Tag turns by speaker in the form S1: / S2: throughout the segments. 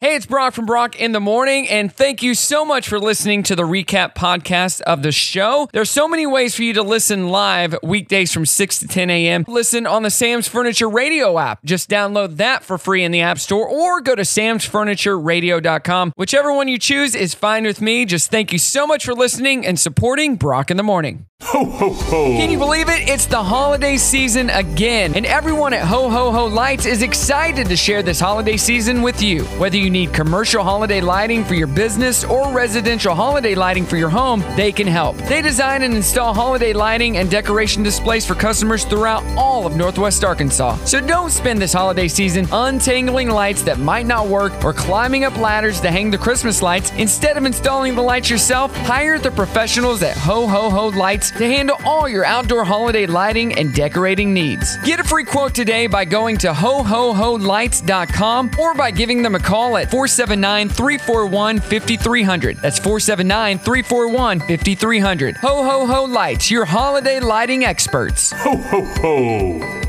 S1: Hey, it's Brock from Brock in the Morning, and thank you so much for listening to the recap podcast of the show. There's so many ways for you to listen live weekdays from 6 to 10 a.m. Listen on the Sam's Furniture Radio app. Just download that for free in the App Store or go to samsfurnitureradio.com. Whichever one you choose is fine with me. Just thank you so much for listening and supporting Brock in the Morning.
S2: Ho, ho, ho.
S1: Can you believe it? It's the holiday season again, and everyone at Ho Ho Ho Lights is excited to share this holiday season with you. Whether you need commercial holiday lighting for your business or residential holiday lighting for your home, they can help. They design and install holiday lighting and decoration displays for customers throughout all of Northwest Arkansas. So don't spend this holiday season untangling lights that might not work or climbing up ladders to hang the Christmas lights. Instead of installing the lights yourself, hire the professionals at Ho Ho Ho Lights to handle all your outdoor holiday lighting and decorating needs. Get a free quote today by going to hohoholights.com or by giving them a call at 479 341 5300. That's 479 341 5300. Ho Ho Ho Lights, your holiday lighting experts.
S2: Ho, ho, ho.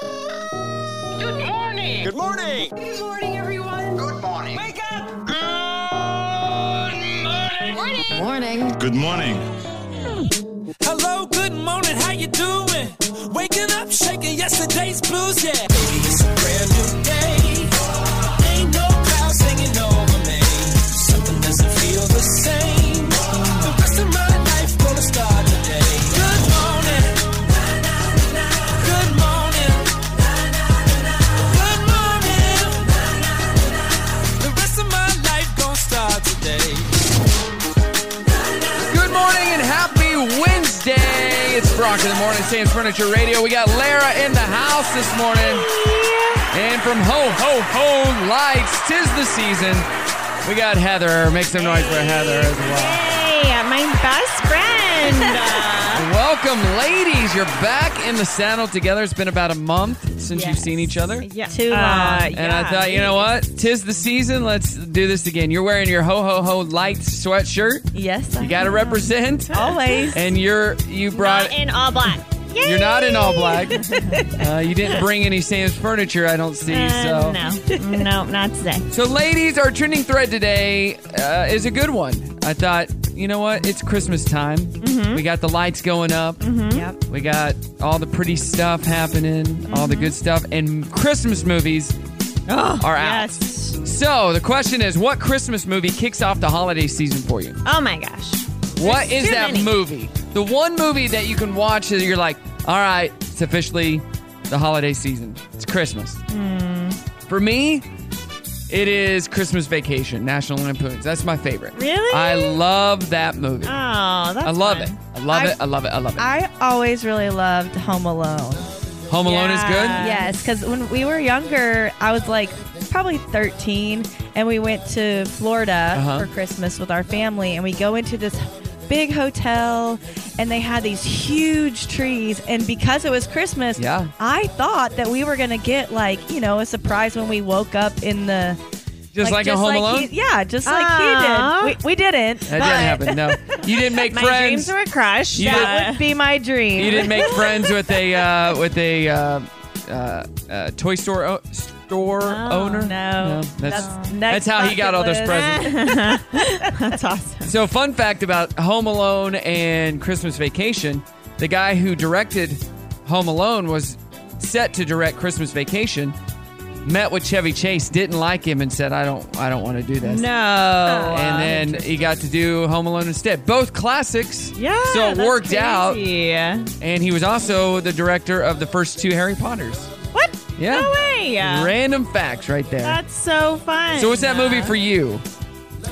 S3: Good morning. Good morning. Good morning, everyone. Good morning. Wake up. Good morning. Morning.
S2: Good morning.
S4: Hello, good morning, how you doing? Waking up, shaking yesterday's blues, yeah. Baby, it's a brand new day. Ain't no clouds hanging over me. Something doesn't feel the same. The rest of my life gonna start today. Good morning. Good morning. Good morning. The rest of my life gonna start today.
S1: Good morning and happy Wednesday. It's Brock in the morning, Sam's Furniture Radio. We got Lara in the house this morning. And from Ho Ho Ho Lights, tis the season. We got Heather. Make some noise for Heather as well.
S5: Hey, my best friend. Uh,
S1: Welcome, ladies. You're back in the saddle together. It's been about a month since you've
S5: Yes. Uh,
S1: seen each other.
S5: yeah.
S6: Too long.
S1: And I thought, you know what? Tis the season. Let's do this again. You're wearing your Ho Ho Ho Lights sweatshirt.
S6: Yes.
S1: You got to represent.
S6: Always.
S1: And you're, you brought.
S5: in all black.
S1: You're not in all black. Uh, you didn't bring any Sam's furniture, I don't see. so,
S5: Uh, no, no, not today.
S1: so ladies, our trending thread today uh, is a good one. I thought, you know what? It's Christmas time.
S5: Mm-hmm.
S1: We got the lights going up.
S6: Yep.
S1: We got all the pretty stuff happening, all
S5: Mm-hmm.
S1: the good stuff, and Christmas movies are out.
S5: Oh, Yes.
S1: So the question is, what Christmas movie kicks off the holiday season for you?
S5: Oh my gosh.
S1: What is
S5: too
S1: that
S5: many.
S1: movie? The one movie that you can watch that you're like, all right, it's officially the holiday season. It's Christmas.
S5: Hmm.
S1: For me, it is Christmas Vacation, National Lampoons. That's my favorite.
S5: Really?
S1: I love that movie.
S5: Oh, that's
S1: I love
S5: fun.
S1: it. I love
S6: I-
S1: it. I love it. I love it.
S6: I always really loved Home Alone.
S1: Oh. Home Alone is good.
S5: Yeah.
S6: Yes, because when we were younger, I was like probably 13, and we went to Florida
S1: Uh-huh.
S6: for Christmas with our family, and we go into this big hotel, and they had these huge trees, and because it was Christmas,
S1: Yeah.
S6: I thought that we were gonna get like you know a surprise when we woke up in the
S1: Just like, a Home Alone.
S6: he- yeah, just like
S5: Aw.
S6: he did. We, we didn't.
S1: that didn't happen. No, you didn't make
S5: My
S1: friends.
S5: dreams were crushed.
S1: You
S5: but-
S6: That would be my dream.
S1: you didn't make friends with a uh, with a uh, uh, uh, toy store o- store
S5: Oh,
S1: owner.
S6: No,
S1: that's
S6: that's,
S1: that's how he got all those presents.
S5: that's awesome.
S1: So, fun fact about Home Alone and Christmas Vacation the guy who directed Home Alone was set to direct Christmas Vacation. Met with Chevy Chase, didn't like him, and said, "I don't, I don't want to do this."
S5: No.
S1: Oh, And then he got to do Home Alone instead. Both classics.
S5: yeah.
S1: So it
S5: that's
S1: worked out,
S5: crazy.
S1: and he was also the director of the first two Harry Potters.
S5: What?
S1: Yeah.
S5: No way.
S1: Random facts right there.
S5: That's so fun.
S1: so, what's that movie for you?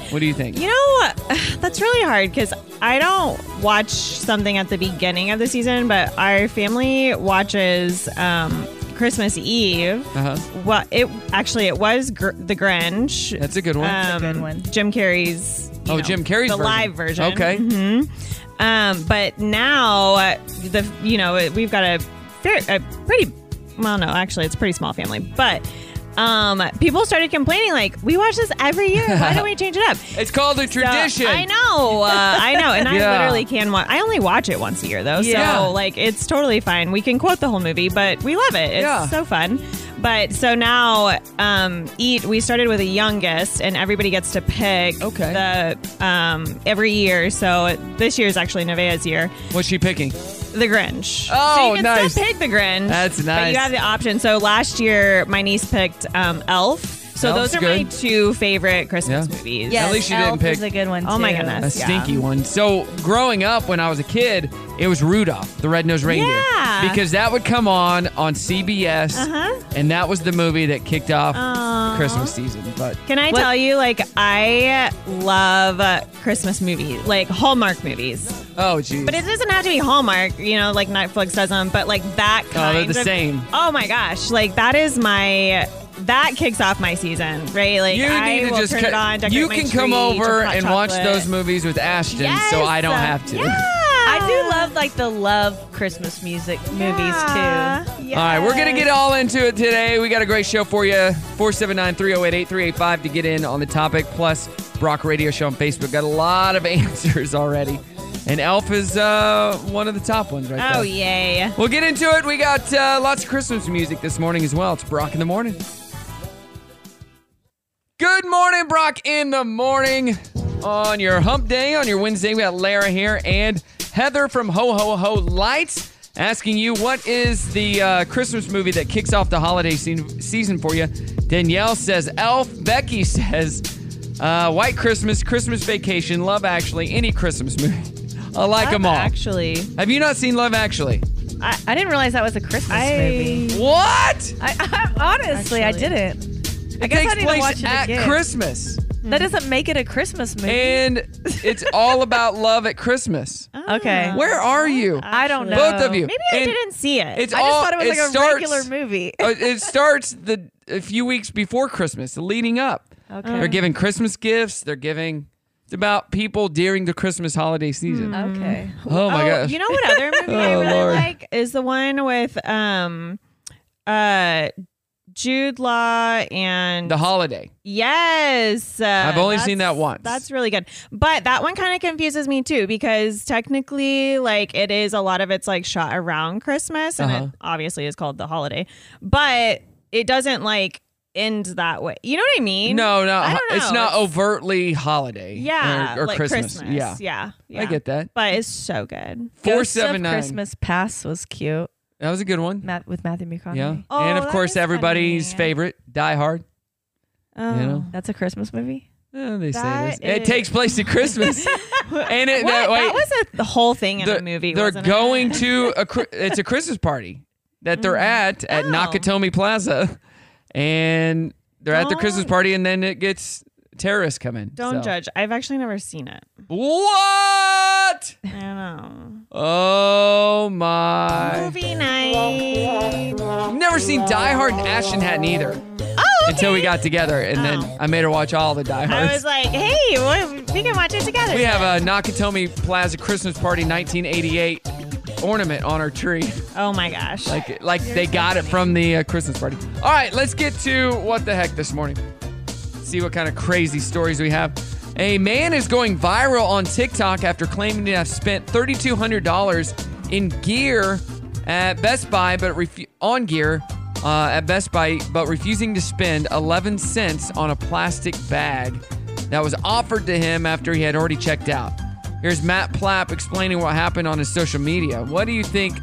S1: What do you think?
S5: You know, that's really hard because I don't watch something at the beginning of the season, but our family watches um, Christmas Eve.
S1: Uh huh.
S5: Well, it actually it was Gr- the Grinch.
S1: That's a good one.
S6: a good one.
S5: Jim Carrey's. Uh, you
S1: Oh,
S5: know,
S1: Jim Carrey's
S5: the
S1: version.
S5: live version.
S1: Okay.
S5: hmm Um, but now uh, the you know we've got a fair, a pretty well no actually it's a pretty small family, but um, people started complaining like we watch this every year. Why don't we change it up?
S1: It's called a
S5: So,
S1: tradition.
S5: I know. Uh, I know. And
S1: Yeah.
S5: I literally can watch. I only watch it once a year, though.
S1: Yeah.
S5: So, like, it's totally fine. We can quote the whole movie, but we love it. It's
S1: Yeah.
S5: so fun. But so now, um, eat. We started with the youngest, and everybody gets to pick.
S1: Okay.
S5: The um, every year. So this year is actually Nevaeh's year.
S1: What's she picking?
S5: The Grinch.
S1: Oh,
S5: so you can
S1: nice.
S5: still pick the Grinch.
S1: That's
S5: But
S1: nice.
S5: you have the option. So last year, my niece picked um, Elf. So
S1: Elf's
S5: those are my
S1: good.
S5: two favorite Christmas
S1: Yeah.
S5: movies.
S6: Yes,
S1: least you didn't
S6: Elf
S1: pick-
S6: is a good one.
S5: Oh my
S6: too.
S5: goodness.
S1: A
S5: Yeah.
S1: stinky one. So growing up, when I was a kid, it was Rudolph the Red-Nosed Reindeer
S5: Yeah.
S1: because that would come on on CBS,
S5: Uh-huh.
S1: and that was the movie that kicked off
S5: Aw.
S1: Christmas season. But
S5: Can I
S6: What-
S5: tell you, like, I love uh, Christmas movies, like Hallmark movies.
S1: oh geez,
S5: But it doesn't have to be Hallmark, you know, like Netflix does them, but like that
S1: Oh,
S5: kind
S1: they're the
S5: of-
S1: same.
S5: Oh my gosh. Like, that is my. That kicks off my season, right? Like,
S1: you
S5: I
S1: need to
S5: will
S1: just
S5: turn
S1: cut-
S5: it on, decorate
S1: you
S5: my
S1: can come
S5: tree,
S1: over
S5: drink hot
S1: and watch
S5: chocolate.
S1: those movies with Ashton,
S5: Yes.
S1: so I don't have to.
S5: Yeah.
S6: I do love like the love Christmas music movies too.
S1: All right, we're going to get all into it today. We got a great show for you. 479 308 8385 to get in on the topic, plus Brock Radio Show on Facebook. Got a lot of answers already. And Elf is uh, one of the top ones right
S5: Oh
S1: there.
S5: yay!
S1: We'll get into it. We got uh, lots of Christmas music this morning as well. It's Brock in the morning. Good morning, Brock in the morning. On your hump day, on your Wednesday, we got Lara here and Heather from Ho Ho Ho Lights asking you what is the uh, Christmas movie that kicks off the holiday se- season for you. Danielle says Elf. Becky says uh, White Christmas, Christmas Vacation, Love Actually, any Christmas movie. I like them all.
S5: Actually,
S1: Have you not seen Love Actually?
S6: I, I didn't realize that was a Christmas movie.
S1: What?
S6: I, I, honestly, I
S5: Actually.
S6: didn't. I
S1: It
S6: guess
S1: takes
S6: I need to watch
S1: place
S6: it
S1: at
S6: again.
S1: Christmas.
S6: That doesn't make it a Christmas movie.
S1: And it's all about love at Christmas.
S6: okay.
S1: Where are you?
S6: Oh, I don't know.
S5: Actually.
S1: Both of you.
S5: Maybe I
S1: And
S5: didn't see it.
S1: It's
S6: I just
S1: all,
S6: thought it was like a
S1: starts,
S6: regular movie.
S1: uh, it starts the a few weeks before Christmas, leading up.
S6: Okay.
S1: They're giving Christmas gifts. They're giving. It's about people during the Christmas holiday season.
S6: Hmm. Okay.
S1: Oh my
S5: oh,
S1: gosh.
S5: You know what other movie I
S1: Oh,
S5: really
S1: Lord.
S5: like is the one with um uh Jude Law and
S1: the holiday.
S5: yes. Uh,
S1: I've only seen
S5: that's-
S1: that once.
S5: That's really good. But that one kind of confuses me too because technically like it is a lot of it's like shot around Christmas and
S1: Uh-huh.
S5: it obviously is called The Holiday. But it doesn't like end that way. You know what I mean?
S1: No, no,
S5: I don't
S1: it's
S5: know.
S1: not
S5: It's-
S1: overtly holiday.
S5: Yeah,
S1: or, or
S5: like
S1: Christmas. Yeah.
S5: yeah. Yeah.
S1: I get that.
S5: But it's so good.
S1: Four
S6: Ghosts of
S1: seven nine.
S6: Christmas Past was cute.
S1: That was a good one.
S6: Matt with Matthew McConaughey.
S1: Yeah.
S5: Oh,
S1: and of
S5: that
S1: course,
S5: is
S1: everybody's
S5: funny.
S1: favorite, Die Hard.
S5: Oh.
S1: know?
S6: That's a Christmas movie.
S1: Eh, they say
S5: That
S1: it, is. it
S5: is-
S1: takes place at Christmas, and it,
S5: What?
S1: that, wait,
S5: that was a the whole thing in
S1: they're,
S5: a movie.
S1: They're
S5: wasn't it?
S1: going to a Chri- it's a Christmas party that they're at at
S5: Oh.
S1: Nakatomi Plaza, and they're at the Christmas
S5: Don't-
S1: party, and then it gets terrorists come in.
S5: Don't
S1: so.
S5: judge. I've actually never seen it.
S1: What?
S5: I don't know.
S1: Oh my!
S5: Movie night.
S1: I've never seen Die Hard and Ashton Hatton either
S5: Oh, okay.
S1: until we got together, and
S5: Oh.
S1: then I made her watch all the Die Hards.
S5: I was like, hey, what, we can watch it together.
S1: We have a Nakatomi Plaza Christmas Party 1988 ornament on our tree.
S5: oh my gosh.
S1: Like, like they got it from the uh, Christmas party. All right, let's get to what the heck this morning. See what kind of crazy stories we have. A man is going viral on TikTok after claiming to have spent $3,200 in gear at Best Buy, but refu- on gear uh, at Best Buy, but refusing to spend 11 cents on a plastic bag that was offered to him after he had already checked out. Here's Matt Plapp explaining what happened on his social media. What do you think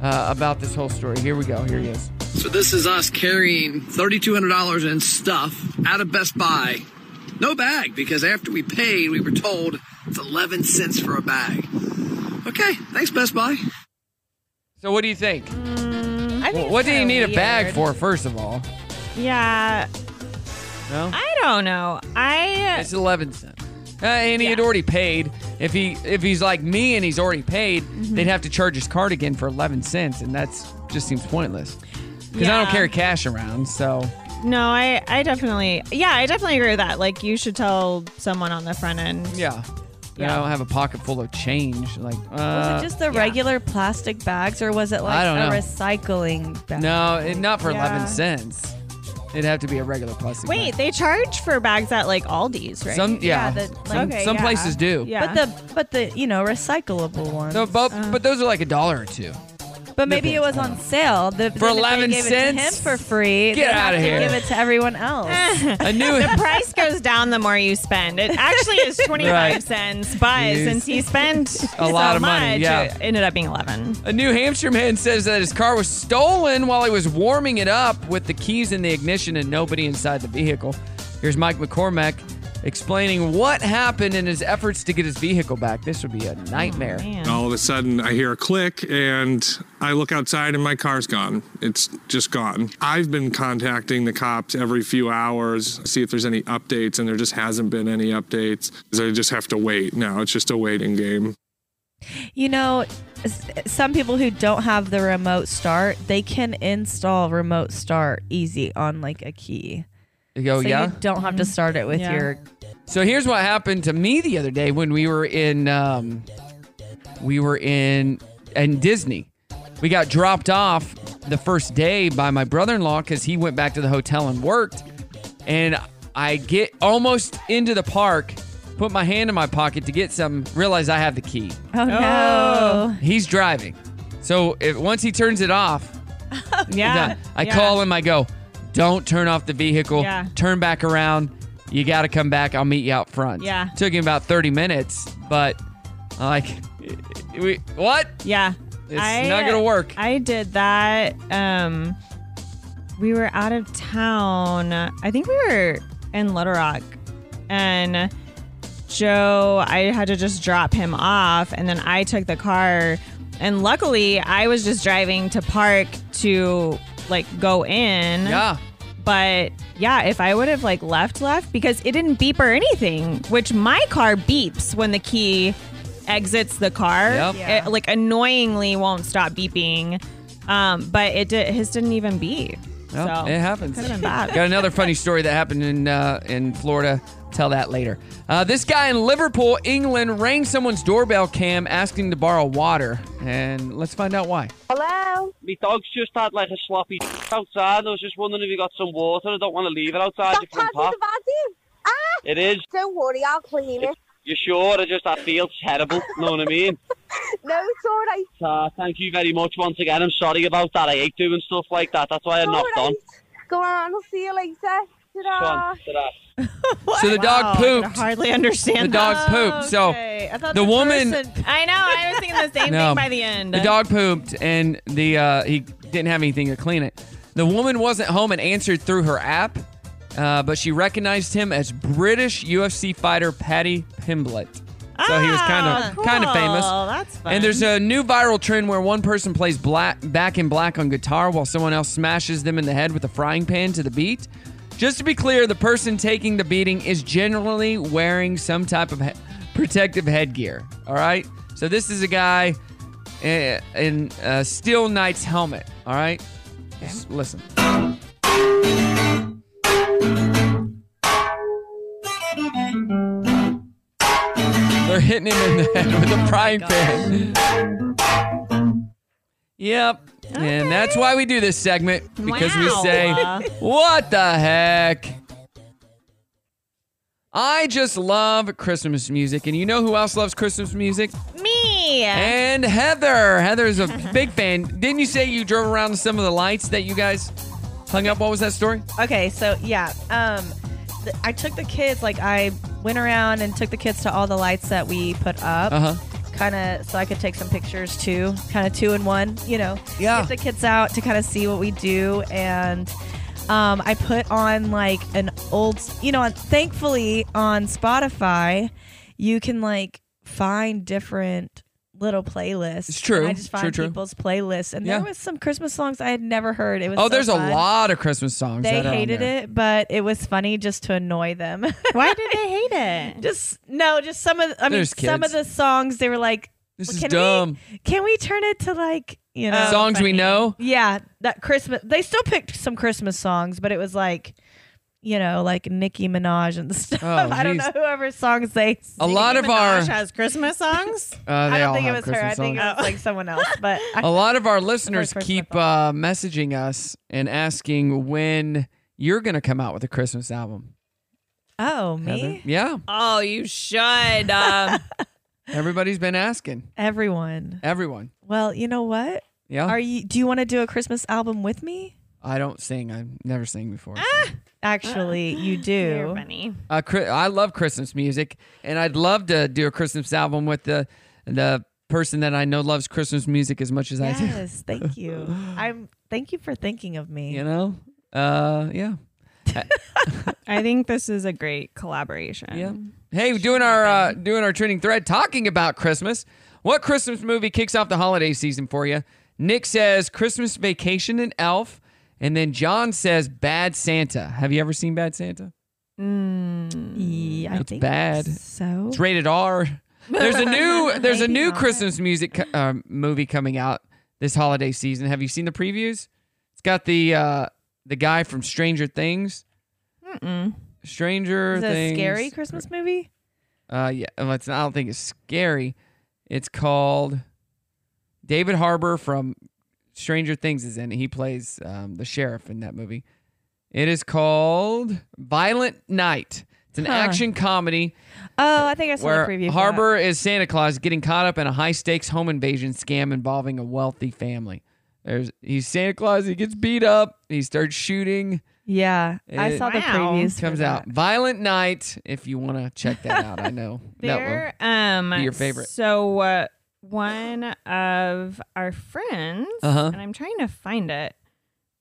S1: uh, about this whole story. Here we go. Here he is.
S7: So this is us carrying $3,200 in stuff out of Best Buy. No bag, because after we paid, we were told it's 11 cents for a bag. Okay, thanks, Best Buy.
S1: So, what do you think?
S5: I think
S1: what
S5: it's
S1: do you
S5: kinda
S1: need a bag
S5: weird.
S1: for, first of all?
S5: Yeah,
S1: No,
S5: I don't know. I
S1: it's eleven cents. Uh, and he had
S5: Yeah.
S1: already paid. If he if he's like me and he's already paid,
S5: Mm-hmm.
S1: they'd have to charge his card again for eleven cents, and that's just seems pointless. Because I don't
S5: Yeah.
S1: carry cash around, so
S5: no, I I definitely yeah, I definitely agree with that. Like you should tell someone on the front end.
S1: yeah.
S5: Yeah.
S1: I don't have a pocket full of change. Like, uh,
S6: was it just the regular plastic bags, or was it like
S1: I don't
S6: a
S1: know.
S6: recycling bag?
S1: no, it, not for
S5: Yeah.
S1: eleven cents. It'd have to be a regular plastic.
S5: Wait,
S1: bag.
S5: they charge for bags at like Aldi's, right?
S1: some yeah,
S6: Yeah, the-
S1: some,
S5: okay,
S1: some
S5: yeah.
S1: places do.
S5: yeah. Uh.
S6: But the but the you know recyclable ones.
S1: No, but but those are like a dollar or two.
S6: But maybe it was on sale. The, then if they
S1: 11
S6: gave it to
S1: cents?
S6: him for free.
S1: Get
S6: they
S1: outta
S6: have to
S1: here. Eh.
S6: Give it to everyone else.
S1: I knew it.
S5: Price goes down the more you spend. It actually is 25
S1: Right.
S5: cents, but
S1: Yes.
S5: since he spent
S1: A
S5: so
S1: lot of
S5: much,
S1: money, yeah. Uh,
S5: it ended up being 11.
S1: A New Hampshire man says that his car was stolen while he was warming it up with the keys in the ignition and nobody inside the vehicle. Here's Mike McCormack explaining what happened in his efforts to get his vehicle back. This would be a nightmare.
S8: All of a sudden, I hear a click and I look outside and my car's gone. It's just gone. I've been contacting the cops every few hours, see if there's any updates, and there just hasn't been any updates. So I just have to wait now. It's just a waiting game.
S6: You know, s- some people who don't have the remote start, they can install remote start easy on like a key.
S1: You go,
S6: so
S1: Oh, yeah.
S6: you don't have to start it with
S5: Yeah.
S6: your
S1: So here's what happened to me the other day when we were in um, we were in in Disney. We got dropped off the first day by my brother-in-law because he went back to the hotel and worked. And I get almost into the park, put my hand in my pocket to get some, realize I have the key.
S6: Oh no.
S1: He's driving, so if, once he turns it off,
S5: Yeah.
S1: done. I
S5: yeah.
S1: call him. I go, don't turn off the vehicle.
S5: Yeah.
S1: Turn back around. You got to come back. I'll meet you out front.
S5: Yeah.
S1: Took him about 30 minutes, but like, we what?
S5: Yeah.
S1: It's not gonna work.
S5: I did that. Um, we were out of town. I think we were in Little Rock, and Joe. I had to just drop him off, and then I took the car. And luckily, I was just driving to park to like go in.
S1: Yeah.
S5: But yeah, if I would have like left, left because it didn't beep or anything, which my car beeps when the key exits the car.
S1: Yep.
S6: Yeah.
S5: It like annoyingly won't stop beeping. Um, but it did, his didn't even beep.
S1: Well,
S5: so
S1: it happens.
S5: Could have been bad.
S1: Got another funny story that happened in uh, in Florida. Tell that later. Uh, this guy in Liverpool, England, rang someone's doorbell cam asking to borrow water, and let's find out why.
S9: My dog's just had like a sloppy outside. and I was just wondering if you got some water. I don't want to leave it outside your front path. It is.
S10: Ah! Don't worry, I'll clean it.
S9: You sure? I just I feel terrible. know what I mean?
S10: No, it's all right.
S9: Uh, thank you very much once again. I'm sorry about that. I hate doing stuff like that. That's why I
S10: It's all
S9: knocked on.
S10: right. Go on, I'll see you later. Ta-da.
S9: Sean, ta-ra.
S1: So the
S5: Wow,
S1: dog
S5: I could
S1: pooped.
S5: hardly understand
S1: The dog
S5: that.
S1: pooped. So
S6: Okay, I thought
S1: the woman.
S5: I know. I was thinking the same
S1: No.
S5: thing by the end.
S1: The dog pooped and the uh, he didn't have anything to clean it. The woman wasn't home and answered through her app, uh, but she recognized him as British UFC fighter Paddy Pimblett. So he was kind of
S5: Oh,
S1: kind of famous.
S5: cool. That's fun.
S1: And there's a new viral trend where one person plays black back in black on guitar while someone else smashes them in the head with a frying pan to the beat. Just to be clear, the person taking the beating is generally wearing some type of he- protective headgear. All right. So this is a guy in, in a Steel Knight's helmet. All right. Just listen. They're hitting him in the head with a frying pan. Yep. And that's why we do this segment because we
S5: Wow.
S1: say, what the heck? I just love Christmas music. And you know who else loves Christmas music?
S5: me.
S1: And Heather. Heather's a big fan. Didn't you say you drove around to some of the lights that you guys hung up? What was that story?
S6: Okay, so yeah, um, th- I took the kids. Like I went around and took the kids to all the lights that we put up.
S1: Uh-huh.
S6: Kind of so I could take some pictures too. Kind of two in one, you know.
S1: Yeah.
S6: Get the kids out to kind of see what we do, and um, I put on like an old, you know. on- Thankfully, on Spotify, you can like find different little playlists.
S1: It's true.
S6: And I just
S1: True,
S6: find
S1: true.
S6: people's playlists, and
S1: Yeah.
S6: there was some Christmas songs I had never heard. It was
S1: Oh,
S6: so
S1: there's a
S6: fun.
S1: lot of Christmas songs.
S6: They
S1: that are on
S6: hated
S1: there.
S6: it, but it was funny just to annoy them.
S5: Why did they hate it?
S6: just no, just some of I mean
S1: There's
S6: some of the
S1: kids.
S6: songs they were like,
S1: This
S6: "Well,
S1: is
S6: can
S1: dumb.
S6: We, Oh, can we turn it to like you know
S1: Songs we know.
S6: Yeah, that Christmas. They still picked some Christmas songs, but it was like. You know, like Nicki Minaj and stuff.
S1: Oh,
S6: I don't know
S1: geez.
S6: whoever songs they.
S1: A lot of our.
S5: Minaj has Christmas songs.
S1: Uh, they
S6: I
S1: all
S6: don't think it
S1: have
S6: was her.
S1: Christmas
S6: I think
S1: songs.
S6: it was like someone else. But I,
S1: a lot of our listeners
S6: Christmas
S1: keep uh, messaging us and asking when you're going to come out with a Christmas album.
S6: oh me,
S1: Heather. Yeah,
S5: Oh, you should. Um,
S1: everybody's been asking.
S6: everyone.
S1: Everyone.
S6: Well, you know what?
S1: Yeah.
S6: Are you? Do you want to do a Christmas album with me?
S1: I don't sing. I've never sang before.
S6: Ah,
S1: so.
S6: Actually, you
S5: You're
S6: do.
S5: funny.
S1: Uh, Chri- I love Christmas music, and I'd love to do a Christmas album with the the person that I know loves Christmas music as much as I do.
S6: Yes, thank you. I'm. Thank you for thinking of me.
S1: You know, uh, yeah,
S5: I think this is a great collaboration.
S1: yeah.
S6: Mm-hmm.
S1: Hey, doing our uh, doing our trending thread, talking about Christmas. What Christmas movie kicks off the holiday season for you? Nick says Christmas Vacation and Elf, and then John says Bad Santa. Have you ever seen Bad Santa?
S6: Yeah, I
S1: It's
S6: think
S1: bad.
S6: So
S1: It's rated R. There's a new there's a new Christmas music co- uh, movie coming out this holiday season. Have you seen the previews? It's got the uh, the guy from Stranger Things. Mm-mm. Stranger
S6: is it a
S1: Things.
S6: scary Christmas movie?
S1: Uh, yeah, well, it's not, I don't think it's scary. It's called David Harbour from Stranger Things is in it. He plays um, the sheriff in that movie. It is called Violent Night. It's an action comedy
S6: Oh, I think I saw
S1: where
S6: a preview. for that.
S1: Harbor is Santa Claus getting caught up in a high stakes home invasion scam involving a wealthy family. There's he's Santa Claus, he gets beat up, he starts shooting,
S6: Yeah, I
S1: It-
S6: saw the
S5: Wow.
S6: previews. for
S1: comes out.
S6: that.
S1: Violent Night, if you want to check that out. I know that one.
S5: They're um
S1: be your favorite.
S5: So uh, one of our friends,
S1: Uh-huh.
S5: and I'm trying to find it.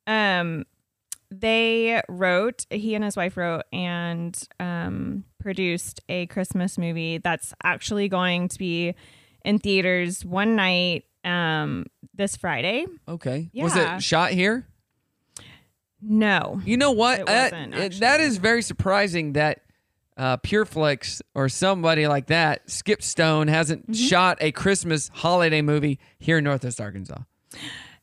S5: Um, they wrote. He and his wife wrote and um produced a Christmas movie that's actually going to be in theaters one night um this Friday.
S1: Okay. Was
S5: Yeah.
S1: it shot here?
S5: No,
S1: You know what?
S5: It
S1: That-
S5: wasn't,
S1: it- that
S5: actually.
S1: is very surprising that uh, Pureflix or somebody like that, Skip Stone, hasn't
S6: Mm-hmm.
S1: shot a Christmas holiday movie here in Northwest Arkansas.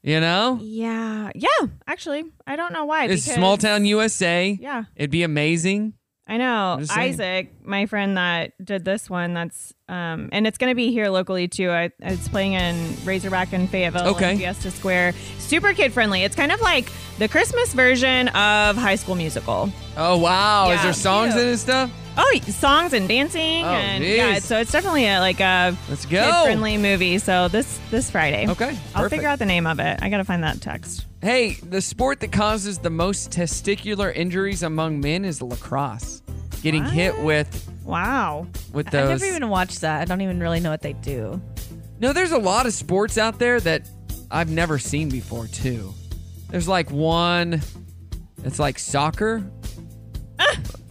S1: You know?
S5: yeah, yeah. Actually, I don't know why.
S1: It's
S5: because-
S1: small town USA.
S5: Yeah.
S1: It'd be amazing.
S5: I know
S1: I'm just saying.
S5: Isaac, my friend that did this one. That's um, and it's going to be here locally too. I, it's playing in Razorback in Fayetteville,
S1: Okay.
S5: in Fiesta Square. Super kid friendly. It's kind of like the Christmas version of High School Musical.
S1: Oh wow. Is
S5: Yeah.
S1: there songs
S5: Cute.
S1: in it and stuff?
S5: Oh, y- songs and dancing,
S1: Oh,
S5: and
S1: geez.
S5: yeah. So it's definitely a, like a
S1: Let's go.
S5: kid friendly movie. So this this Friday,
S1: Okay.
S5: I'll
S1: perfect.
S5: figure out the name of it. I got to find that text.
S1: Hey, the sport that causes the most testicular injuries among men is lacrosse. Getting hit with
S5: Wow.
S1: with
S6: I
S1: those
S6: never even watched that. I don't even really know what they do.
S1: No, there's a lot of sports out there that I've never seen before too. There's like one that's like soccer,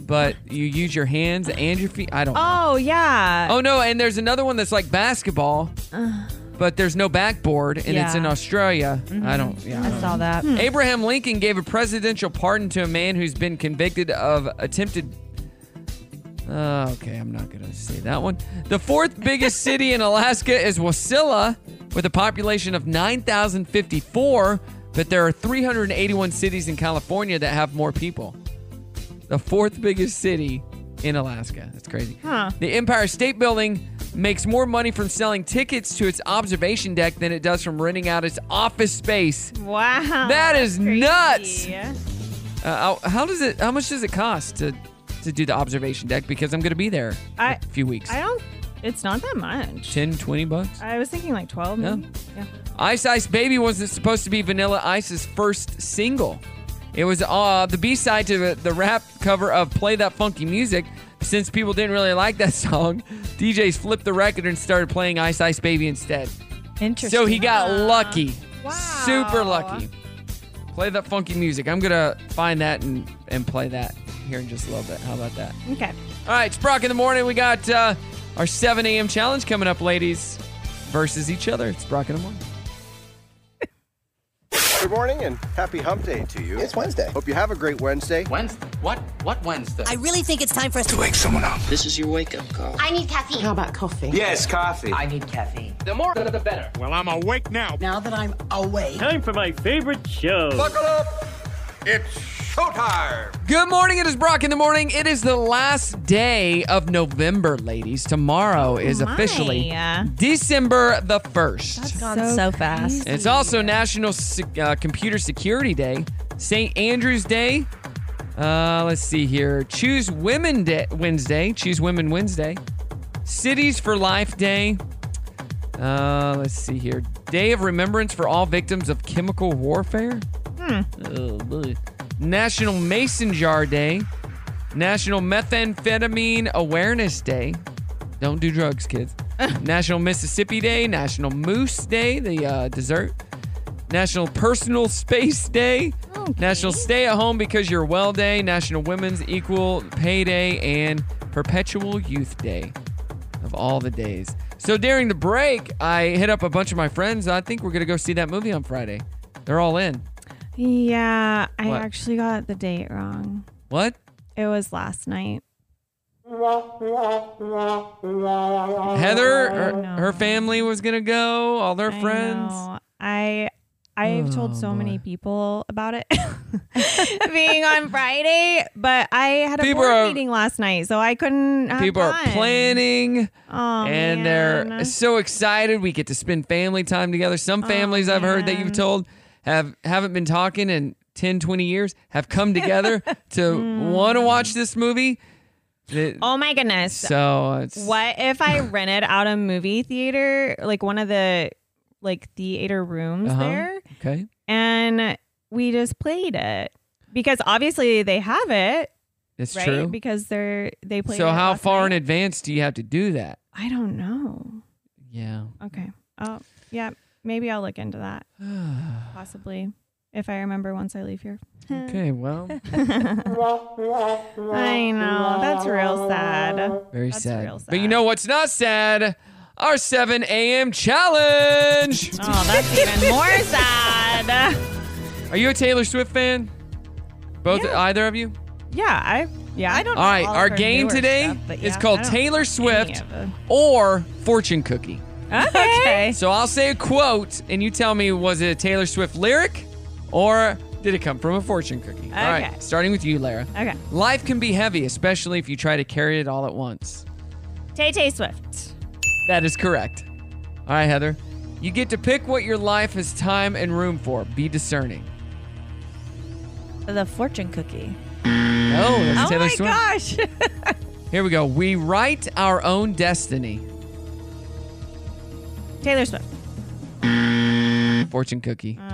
S1: but you use your hands and your feet. I don't. know.
S5: Oh yeah.
S1: Oh no, and there's another one that's like basketball, but there's no backboard, and it's
S6: Yeah.
S1: in Australia. I don't. Yeah. I don't
S6: I saw that.
S1: Abraham Lincoln gave a presidential pardon to a man who's been convicted of attempted. Uh, okay, I'm not going to say that one. The fourth biggest city in Alaska is Wasilla, with a population of 9,054, but there are 381 cities in California that have more people. The fourth biggest city in Alaska. That's crazy.
S5: Huh.
S1: The Empire State Building makes more money from selling tickets to its observation deck than it does from renting out its office space
S5: Wow.
S1: that is
S5: Crazy.
S1: nuts. Uh, how- how does it? How much does it cost to to do the observation deck? Because I'm going to be there
S5: I-
S1: in a few weeks.
S5: I don't. It's not that much.
S1: 10, 20 bucks.
S5: I was thinking like 12.
S1: Yeah.
S5: maybe. Yeah.
S1: Ice Ice Baby wasn't supposed to be Vanilla Ice's first single. It was uh, the B side to the, the rap cover of Play That Funky Music. Since people didn't really like that song, DJs flipped the record and started playing Ice Ice Baby instead.
S6: Interesting.
S1: So he got lucky.
S5: Wow.
S1: Super lucky. Play that funky music. I'm going to find that and, and play that here in just a little bit. How about that?
S5: Okay.
S1: All right, it's Brock in the morning. We got uh, our 7 a.m. challenge coming up, ladies, versus each other. It's Brock in the morning.
S11: Good morning and happy hump day to you. It's Wednesday. Hope you have a great Wednesday.
S7: Wednesday? What? What Wednesday?
S4: I really think it's time for us to wake
S11: Someone up.
S7: this is your wake up call.
S10: I need caffeine.
S11: Yes, coffee.
S4: I need caffeine.
S7: The more, the, the better.
S2: Well, I'm awake now.
S4: Now that I'm awake.
S3: Time for my favorite show.
S11: Buckle up. It's showtime.
S1: Good morning. It is Brock in the morning. It is the last day of November, ladies. Tomorrow is
S5: Oh my.
S1: officially December the 1st.
S6: It's gone so, fast.
S1: It's also National Sec- uh, Computer Security Day, St. Andrew's Day. Uh, let's see here. Choose Women Day Wednesday. Choose Women Wednesday. Cities for Life Day. Uh, let's see here. Day of Remembrance for all victims of chemical warfare.
S5: Hmm.
S1: Oh, boy. National Mason Jar Day. National Methamphetamine Awareness Day. Don't do drugs, kids. National Mississippi Day. National Moose Day, the uh, dessert. National Personal Space Day. National Stay at Home Because You're Well Day. National Women's Equal Pay Day. And Perpetual Youth Day of all the days. So during the break, I hit up a bunch of my friends. I think we're going to go see that movie on Friday. They're all in.
S5: Yeah, I
S1: What?
S5: actually got the date wrong.
S1: What?
S5: It was last night. Oh,
S1: Heather, her, her family was going to go, all their friends. Oh,
S5: I I've told so many people about it being on Friday, but I had a
S1: People
S5: board
S1: are-
S5: meeting last night, so I couldn't. Have
S1: People are
S5: time.
S1: planning
S5: Oh,
S1: and they're
S5: man. Oh,
S1: so excited. We get to spend family time together. Some families I've heard that you've told have haven't been talking in 10, 20 years have come together to
S5: Hmm.
S1: want to watch this movie. It-
S5: Oh my goodness!
S1: so it's
S5: What if I rented out a movie theater, like one of the like theater rooms
S1: Uh-huh.
S5: there,
S1: Okay.
S5: and we just played it because obviously they have it.
S1: It's
S5: right?
S1: true.
S5: because they're they play.
S1: So how far in advance do you have to do that?
S5: I don't know.
S1: Yeah.
S5: Okay. Oh yeah, maybe I'll look into that. Possibly, if I remember once I leave here.
S1: Okay, well,
S5: I know that's real sad.
S1: very sad. But you know what's not sad? Our 7 a.m. challenge.
S5: Oh, that's even more sad.
S1: Are you a Taylor Swift fan? Both, either of you?
S5: Yeah, I yeah I don't.
S1: All right, our game today is called Taylor Swift or Fortune Cookie.
S5: Okay.
S1: So I'll say a quote, and you tell me was it a Taylor Swift lyric or did it come from a fortune cookie? All
S5: Okay.
S1: right, starting with you, Lara.
S5: Okay.
S1: Life can be heavy, especially if you try to carry it all at once.
S5: Tay Tay Swift.
S1: That is correct. All right, Heather. You get to pick what your life has time and room for. Be discerning.
S6: The fortune cookie.
S1: No, that's
S6: oh
S1: Taylor
S6: my
S1: Swift.
S6: gosh.
S1: Here we go. We write our own destiny.
S5: Taylor Swift.
S1: Fortune cookie.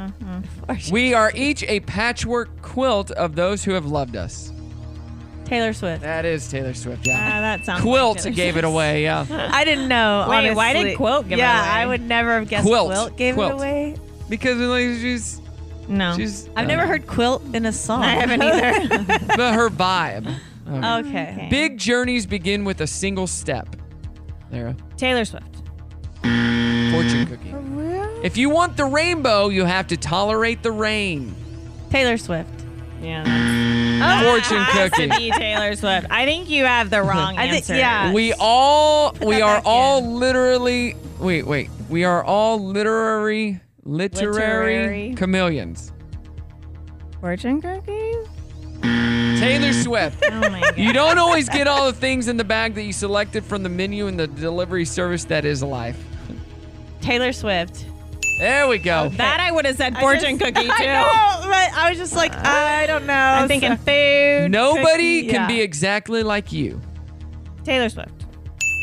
S1: We are each a patchwork quilt of those who have loved us.
S6: Taylor Swift.
S1: That is Taylor Swift. Yeah.
S5: Ah, that sounds like
S1: quilt
S5: Taylor
S1: gave it
S5: Swift.
S1: away. Yeah.
S6: I didn't know.
S5: Wait, why did
S6: honestly.
S5: Quilt give it
S6: yeah,
S5: away?
S6: I would never have guessed
S1: Quilt.
S6: Quilt, gave
S1: Quilt.
S6: it away.
S1: because like, she's
S5: No,
S1: she's uh,
S6: I've never heard Quilt in a song.
S5: I haven't either.
S1: but her vibe. Okay.
S6: okay.
S1: Big journeys begin with a single step. Lara,
S5: Taylor Swift.
S1: fortune cookie. If you want the rainbow, you have to tolerate the rain.
S6: Taylor Swift.
S5: Yeah.
S1: Fortune cookie.
S5: Taylor Swift. I think you have the wrong
S6: I think
S5: answer.
S6: yeah.
S1: We all we
S6: that
S1: are
S6: back
S1: all literally wait, wait. We are all literary literary,
S5: Literary.
S1: chameleons.
S5: Fortune cookies.
S1: Taylor Swift.
S5: Oh my god.
S1: You don't always get all the things in the bag that you selected from the menu and the delivery service that is life.
S6: Taylor Swift.
S1: There we go.
S5: that I would have said fortune cookie too.
S6: I know, but I was just like, I don't know.
S5: am thinking food.
S1: Nobody
S5: cookie,
S1: can
S5: yeah.
S1: be exactly like you.
S5: Taylor Swift.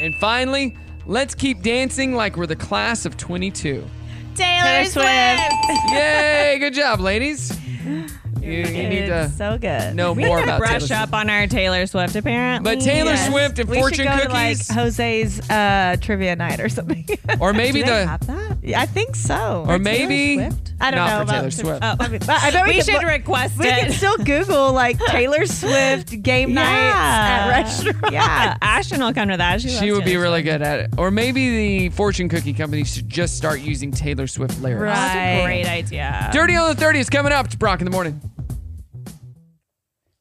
S1: And finally, let's keep dancing like we're the class of 22.
S5: Taylor, Swift.
S1: Yay! Good job, ladies. You, you need to
S6: It's so good.
S1: know more about Taylor
S5: Brush
S1: Swift.
S5: up on our Taylor Swift apparently.
S1: But Taylor
S6: Yes.
S1: Swift and
S6: we
S1: fortune
S6: should go
S1: cookies,
S6: to like Jose's uh, trivia night or something.
S1: or maybe
S6: Do they
S1: the,
S6: have that? Yeah, I think so.
S1: or maybe
S6: I
S1: not
S6: don't know
S1: for
S6: about
S1: Taylor Swift.
S6: I, mean, I bet we,
S5: we
S6: could
S5: should
S6: look-
S5: request
S6: we can
S5: it.
S6: still Google like Taylor Swift game nights at restaurants.
S5: Yeah, Ashton will come to that. She,
S1: She
S5: loves
S1: would be
S5: Taylor
S1: really good at it. Or maybe the fortune cookie company should just start using Taylor Swift lyrics.
S5: Swift.
S6: Right.
S5: That's a great idea.
S1: Dirty on the 30 is coming up. It's Brock in the morning.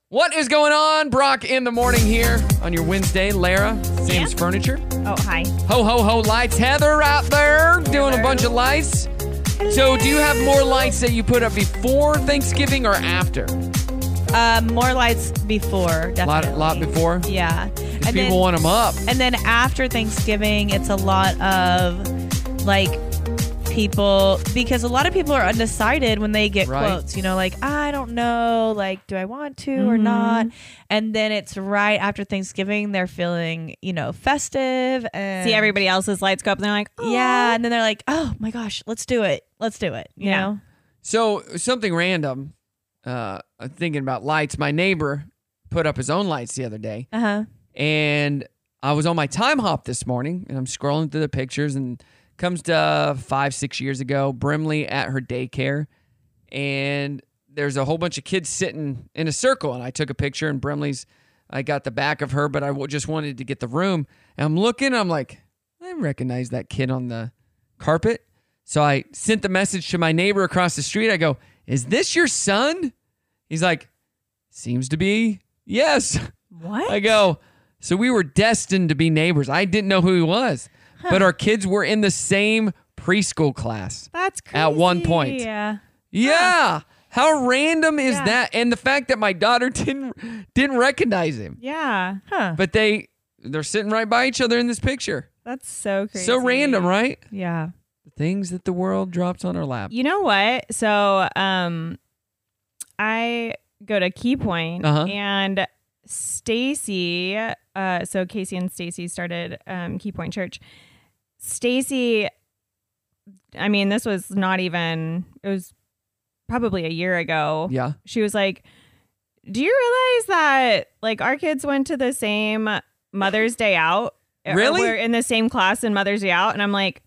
S1: What is going on, Brock in the morning here on your Wednesday? Lara, Sam's Furniture.
S5: Oh, hi.
S1: Ho, ho, ho, lights. Heather out there doing a bunch of lights. So, do you have more lights that you put up before Thanksgiving or after?
S6: Uh, more lights before,
S1: lot-
S6: definitely.
S1: lot before?
S6: Yeah. And
S1: Because people
S6: then,
S1: want 'em want them up.
S6: and then after Thanksgiving, it's a lot of like people because a lot of people are undecided when they get
S5: Right.
S6: quotes. You know, like I don't know, like do I want to or
S5: Mhm.
S6: not? And then it's right after Thanksgiving, they're feeling you know festive and
S5: See everybody else's lights go up and they're like, oh.
S6: Yeah, and then they're like, oh my gosh, let's do it, let's do it. You know.
S1: So something random. Uh, thinking about lights. My neighbor put up his own lights the other day,
S6: Uh huh.
S1: and I was on my time hop this morning, and I'm scrolling through the pictures, and comes to five six years ago, Brimley at her daycare, and there's a whole bunch of kids sitting in a circle, and I took a picture, and Brimley's. I got the back of her, but I w- just wanted to get the room. And I'm looking, I'm like, I recognize that kid on the carpet. So I sent the message to my neighbor across the street. I go, Is this your son? He's like, Seems to be. Yes.
S5: What?
S1: I go, So we were destined to be neighbors. I didn't know who he was, but our kids were in the same preschool class.
S5: That's crazy.
S1: At one point.
S5: Yeah.
S1: Yeah. How random is
S5: Yeah.
S1: that? And the fact that my daughter didn't didn't recognize him.
S5: Yeah. Huh.
S1: But they they're sitting right by each other in this picture.
S5: That's so crazy.
S1: So random, right?
S6: Yeah.
S1: The things that the world drops on our lap.
S5: You know what? So, um, I go to Key Point
S1: Uh-huh.
S5: and Stacy. Uh, so Casey and Stacy started um, Key Point Church. Stacy, I mean, this was not even. It was probably a year ago.
S1: Yeah.
S5: She was like, "Do you realize that like our kids went to the same Mother's Day out? Or
S1: Really?
S5: We're in the same class in Mother's Day out." And I'm like,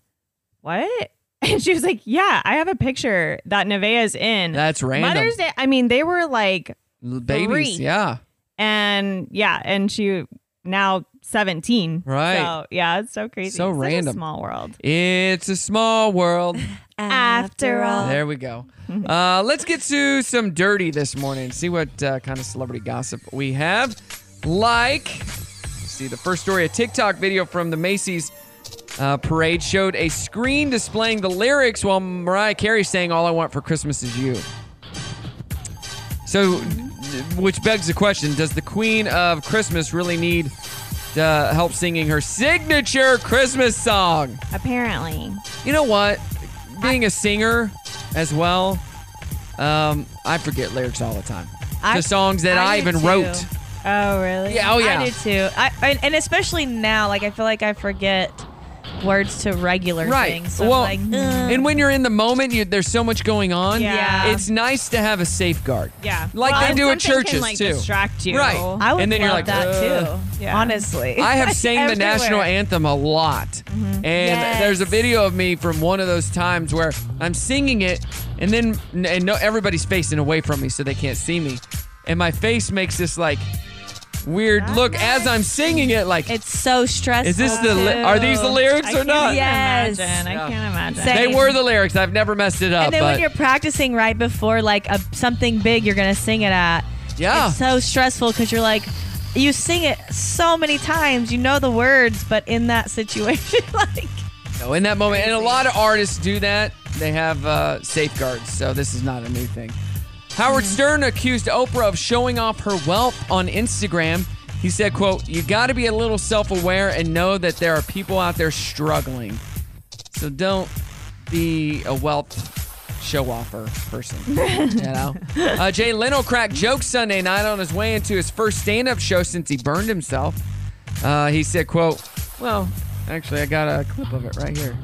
S5: "What?" And she was like, "Yeah, I have a picture that Nevaeh's in."
S1: That's random.
S5: Mother's Day. I mean, they were like,
S1: L- Babies,
S5: Three.
S1: yeah.
S5: and yeah, and she now 17.
S1: Right.
S5: So yeah, it's so crazy.
S1: So
S5: Such a
S1: random.
S5: small world.
S1: It's a small world.
S5: After all.
S1: There we go. Uh, let's get to some dirty this morning. See what uh, kind of celebrity gossip we have. Like, let's see the first story: a TikTok video from the Macy's uh, parade showed a screen displaying the lyrics while Mariah Carey sang "All I Want for Christmas Is You." So, which begs the question: Does the Queen of Christmas really need uh, help singing her signature Christmas song?
S5: Apparently.
S1: You know what? Being a singer as well, um, I forget lyrics all the time.
S6: I-
S1: the songs that I,
S6: do
S1: even
S6: too.
S1: wrote.
S5: Oh, really?
S1: Yeah, oh, yeah.
S6: I do too. I, and, and especially now, like I feel like I forget words to regular
S1: Right.
S6: things. So
S1: well,
S6: I'm like, "Ugh."
S1: and when you're in the moment, you, there's so much going on.
S6: Yeah.
S1: It's nice to have a safeguard.
S5: Yeah.
S1: Like
S5: Well,
S1: they do at
S5: something can,
S1: churches
S5: like,
S1: too.
S5: distract you.
S1: Right.
S6: I would
S1: and then
S6: love
S1: you're like
S6: that
S1: "Ugh."
S6: too.
S5: Yeah.
S6: Honestly,
S1: I have sang the
S6: Everywhere. Mm-hmm.
S1: national anthem a lot. And
S6: Yes.
S1: there's a video of me from one of those times where I'm singing it and then and no everybody's facing away from me so they can't see me. And my face makes this like weird look as I'm singing it like
S6: It's so stressful.
S1: Is this the li-
S6: too.
S1: are these the lyrics or not?
S6: Yes.
S5: Imagine. I can't imagine.
S6: Same.
S1: They were the lyrics. I've never messed it up.
S6: And then
S1: but
S6: when you're practicing right before like a something big, you're gonna sing it at.
S1: Yeah.
S6: It's so stressful because you're like, you sing it so many times, you know the words, but in that situation, like.
S1: No, in that moment, and a lot of artists do that. They have uh, safeguards, so this is not a new thing. Howard Stern accused Oprah of showing off her wealth on Instagram. He said, "quote You got to be a little self-aware and know that there are people out there struggling. So don't be a wealth show-offer person." you know. Uh, Jay Leno cracked jokes Sunday night on his way into his first stand-up show since he burned himself. Uh, he said, "quote Well, actually, I got a clip of it right here.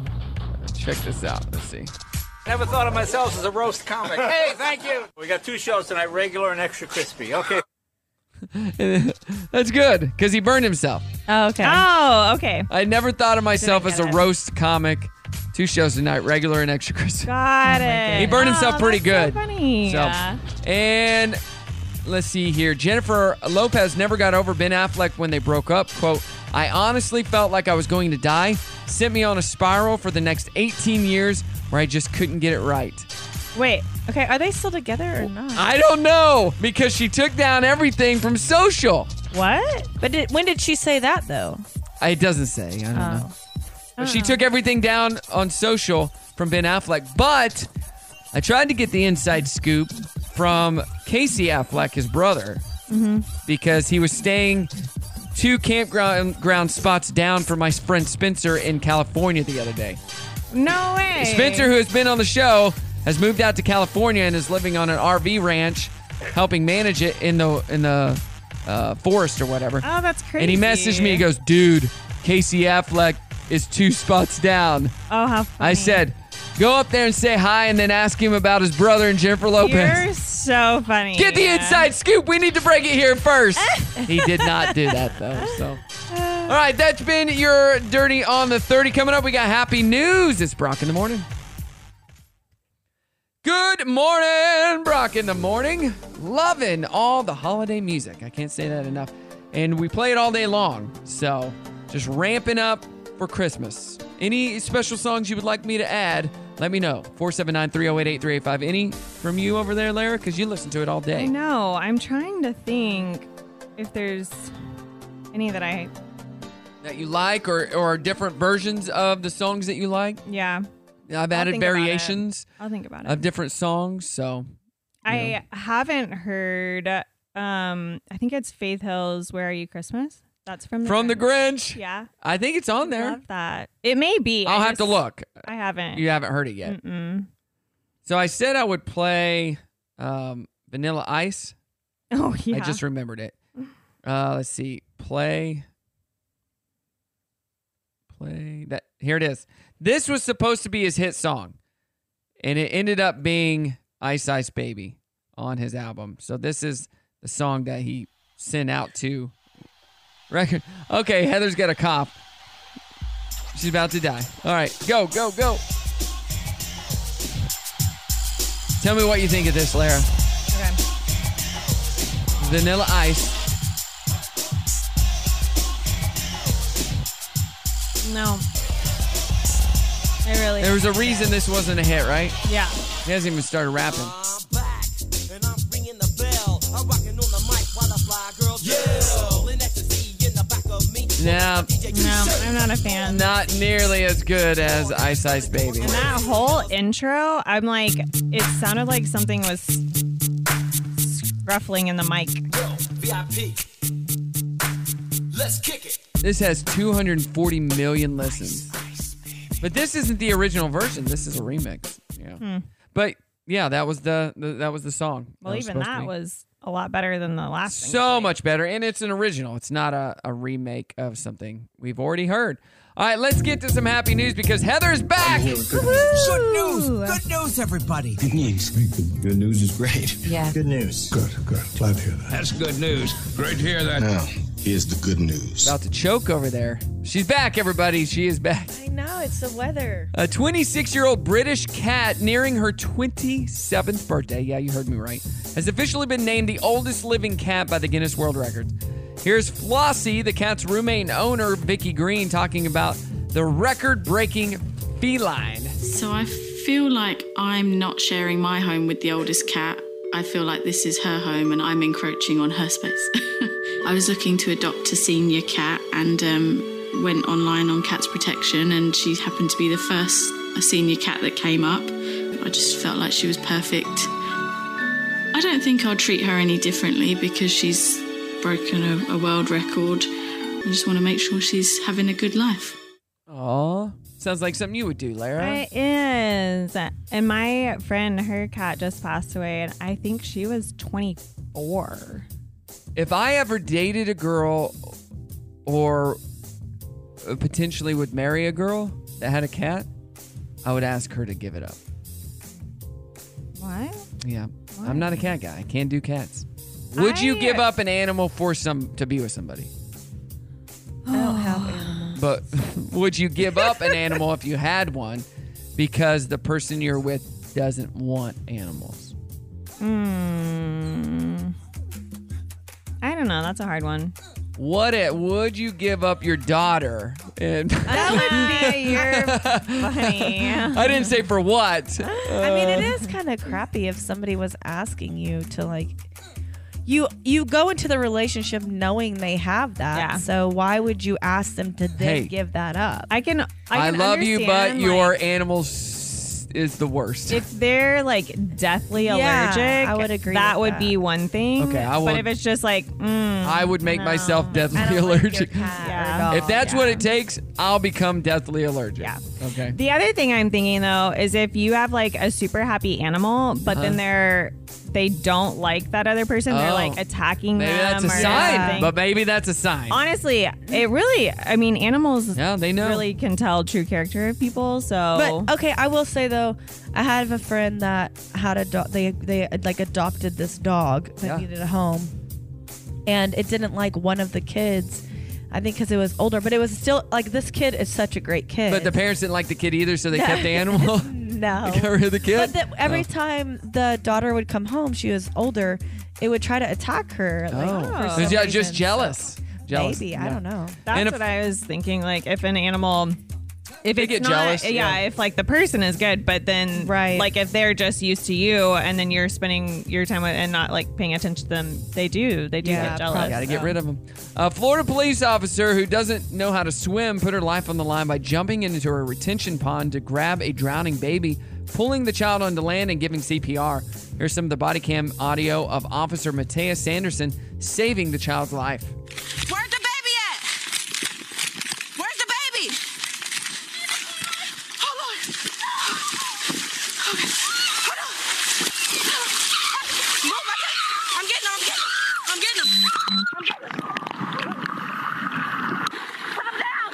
S1: Check this out. Let's see."
S12: Never thought of myself as a roast comic. hey, thank you. We got two shows tonight, regular and extra crispy. Okay.
S1: That's good because he burned himself.
S6: Oh, okay.
S5: Oh, okay.
S1: I never thought of myself
S5: Didn't
S1: as
S5: get
S1: a
S5: it.
S1: roast comic. Two shows tonight, regular and extra Christmas.
S5: Got it.
S1: He burned
S5: Oh,
S1: himself pretty
S5: that's
S1: good.
S5: So funny.
S1: So-
S5: Yeah.
S1: and let's see here. Jennifer Lopez never got over Ben Affleck when they broke up. Quote, I honestly felt like I was going to die. Sent me on a spiral for the next 18 years where I just couldn't get it right.
S5: Wait.
S6: Okay, are they still together or not?
S1: I don't know because she took down everything from social.
S5: What?
S6: But did, when did she say that though?
S1: It doesn't say. I don't know. But she took everything down on social from Ben Affleck. But I tried to get the inside scoop from Casey Affleck, his brother, because he was staying two campground ground spots down from my friend Spencer in California the other day.
S5: No way.
S1: Spencer, who has been on the show, has moved out to California and is living on an RV ranch, helping manage it in the in the uh, forest or whatever.
S5: Oh, that's crazy.
S1: And he messaged me. He goes, "Dude, Casey Affleck is two spots down."
S5: Oh, how
S1: I said, "Go up there and say hi, and then ask him about his brother and Jennifer Lopez."
S5: You're so funny.
S1: Get the inside scoop. We need to break it here first. he did not do that though. So, all right, that's been your dirty on the thirty. Coming up, we got happy news. It's Brock in the morning. Good morning, Brock in the morning. Loving all the holiday music. I can't say that enough. And we play it all day long. So, just ramping up for Christmas. Any special songs you would like me to add? Let me know. 479 308 8385. Any from you over there, Lara? Because you listen to it all day.
S5: I know. I'm trying to think if there's any that I.
S1: that you like or, or different versions of the songs that you like.
S5: Yeah.
S1: I've
S5: I'll
S1: added
S5: think about it.
S1: variations
S5: I'll think about it.
S1: of different songs. So
S5: I haven't heard. Um, I think it's Faith Hill's "Where Are You Christmas." That's from the
S1: from the Grinch.
S5: Yeah,
S1: I think it's on there.
S5: love that. It may be. I
S1: I'll have
S5: just-
S1: to look.
S5: I haven't. Mm.
S1: You haven't heard it yet.
S5: Mm-mm.
S1: So I said I would play um, Vanilla Ice.
S5: Oh
S1: I
S5: yeah.
S1: just remembered it. Uh, let's see. Play. Play that. Here it is. This was supposed to be his hit song, and it ended up being Ice Ice Baby on his album. So this is the song that he sent out to record. Okay, Heather's got a cop. She's about to die. All right, go, go, go. Tell me what you think of this, Lara.
S5: Okay.
S1: Vanilla Ice.
S5: No. I really.
S1: There was a reason this wasn't a hit, right?
S5: Yeah.
S1: He hasn't even started rapping. Now,
S5: No, I'm not a fan.
S1: not nearly as good as Ice Ice Baby.
S5: And that whole intro, I'm like, it sounded like something was scruffling in the mic.
S4: VIP. Let's kick it.
S1: This has 240 million listens. But this isn't the original version. This is a remix. Yeah.
S5: Hmm.
S1: But yeah, that was the, the that was the song.
S5: Well, even
S1: supposed to
S5: that
S1: be.
S5: was a lot better than the last thing.
S1: so much better and it's an original it's not a, a remake of something we've already heard all right let's get to some happy news because heather's back
S4: Good news. Good news, everybody.
S13: Good news. Good news is great.
S4: Yeah.
S13: Good news. Good, good. Glad to hear that.
S12: That's good news. Great to hear that.
S13: Now, here's the good news.
S1: about to choke over there she's back everybody she is back
S6: I know it's the weather.
S1: a 26 year old british cat nearing her 27th birthday yeah you heard me right has officially been named the oldest living cat by the guinness world records here's flossie the cat's roommate and owner vicky green talking about the record breaking feline
S14: So I feel like I'm not sharing my home with the oldest cat. I feel like this is her home and I'm encroaching on her space. I was looking to adopt a senior cat and um, went online on Cats Protection, and she happened to be the first senior cat that came up. I just felt like she was perfect. I don't think I'll treat her any differently because she's broken a, a world record. I just want to make sure she's having a good life.
S1: Aw. Sounds like something you would do, Lara.
S5: It is. And my friend, her cat just passed away, and I think she was 24.
S1: If I ever dated a girl or potentially would marry a girl that had a cat, I would ask her to give it up.
S5: What?
S1: Yeah.
S5: Why?
S1: I'm not a cat guy. I can't do cats. Would you
S5: I-
S1: give up an animal for some to be with somebody?
S6: I don't have animals.
S1: But would you give up an animal if you had one because the person you're with doesn't want animals?
S5: Mm. I don't know. That's a hard one.
S1: What it would you give up your daughter? And
S6: That would be your.
S5: Funny.
S1: I didn't say for what.
S6: I mean,
S14: Uh.
S6: it is kind of crappy if somebody was asking you to like. You you go into the relationship knowing they have that.
S5: Yeah.
S6: So why would you ask them to then
S1: Hey.
S6: give that up?
S5: I can. I,
S1: I,
S5: can
S1: love you, but
S5: understand,
S1: your
S5: like,
S1: animal s- is the worst.
S5: if they're like deathly
S6: Yeah,
S5: allergic,
S6: I would agree
S5: That
S6: with
S5: would
S6: that.
S5: be one thing.
S1: Okay, I
S5: But
S1: would-
S5: if it's just like, mm,
S1: I would make myself deathly allergic.
S5: yeah.
S6: Oh,
S1: If that's what it takes, I'll become deathly allergic. Yeah. Okay.
S5: The other thing I'm thinking though is if you have like a super happy animal, but
S1: Uh-huh.
S5: then they're they don't like that other person, they're
S1: Oh.
S5: like attacking
S1: Maybe
S5: them.
S1: that's a
S5: or
S1: sign.
S5: something.
S1: But maybe that's a sign.
S5: Honestly, it really I mean animals
S1: yeah, they know.
S5: really can tell true character of people, so
S6: But okay, I will say though, I have a friend that had a dog. They they like adopted this dog that
S5: Yeah.
S6: needed a home, and it didn't like one of the kids. I think because it was older, but it was still like this kid is such a great kid.
S1: But the parents didn't like the kid either, so they
S6: No.
S1: kept the animal.
S6: no,
S1: They got rid of the kid?
S6: But the, every
S1: Oh.
S6: time the daughter would come home, she was older. It would try to attack her. Like,
S1: Oh.
S6: for
S1: So
S6: some
S1: yeah,
S6: reason,
S1: just
S6: so-
S1: jealous. jealous.
S6: Maybe I
S1: Yeah.
S6: don't know.
S5: That's
S1: And if-
S5: what I was thinking. Like, if an animal, if
S1: They
S5: it's
S1: get
S5: not,
S1: jealous,
S5: yeah,
S1: yeah.
S5: if like the person is good, but then right, like if they're just used to you, and then you're spending your time with and not like paying attention to them, they do, they do get jealous.
S1: Got to get
S5: so.
S1: rid of them. A Florida police officer who doesn't know how to swim put her life on the line by jumping into a retention pond to grab a drowning baby, pulling the child onto land and giving CPR. Here's some of the body cam audio of Officer Matea Sanderson saving the child's life.
S3: Where's the baby at? Where's the baby? Oh, Lord. Okay. Hold on. Move, I can't- I'm getting him. I'm getting him. I'm getting him. Put him down.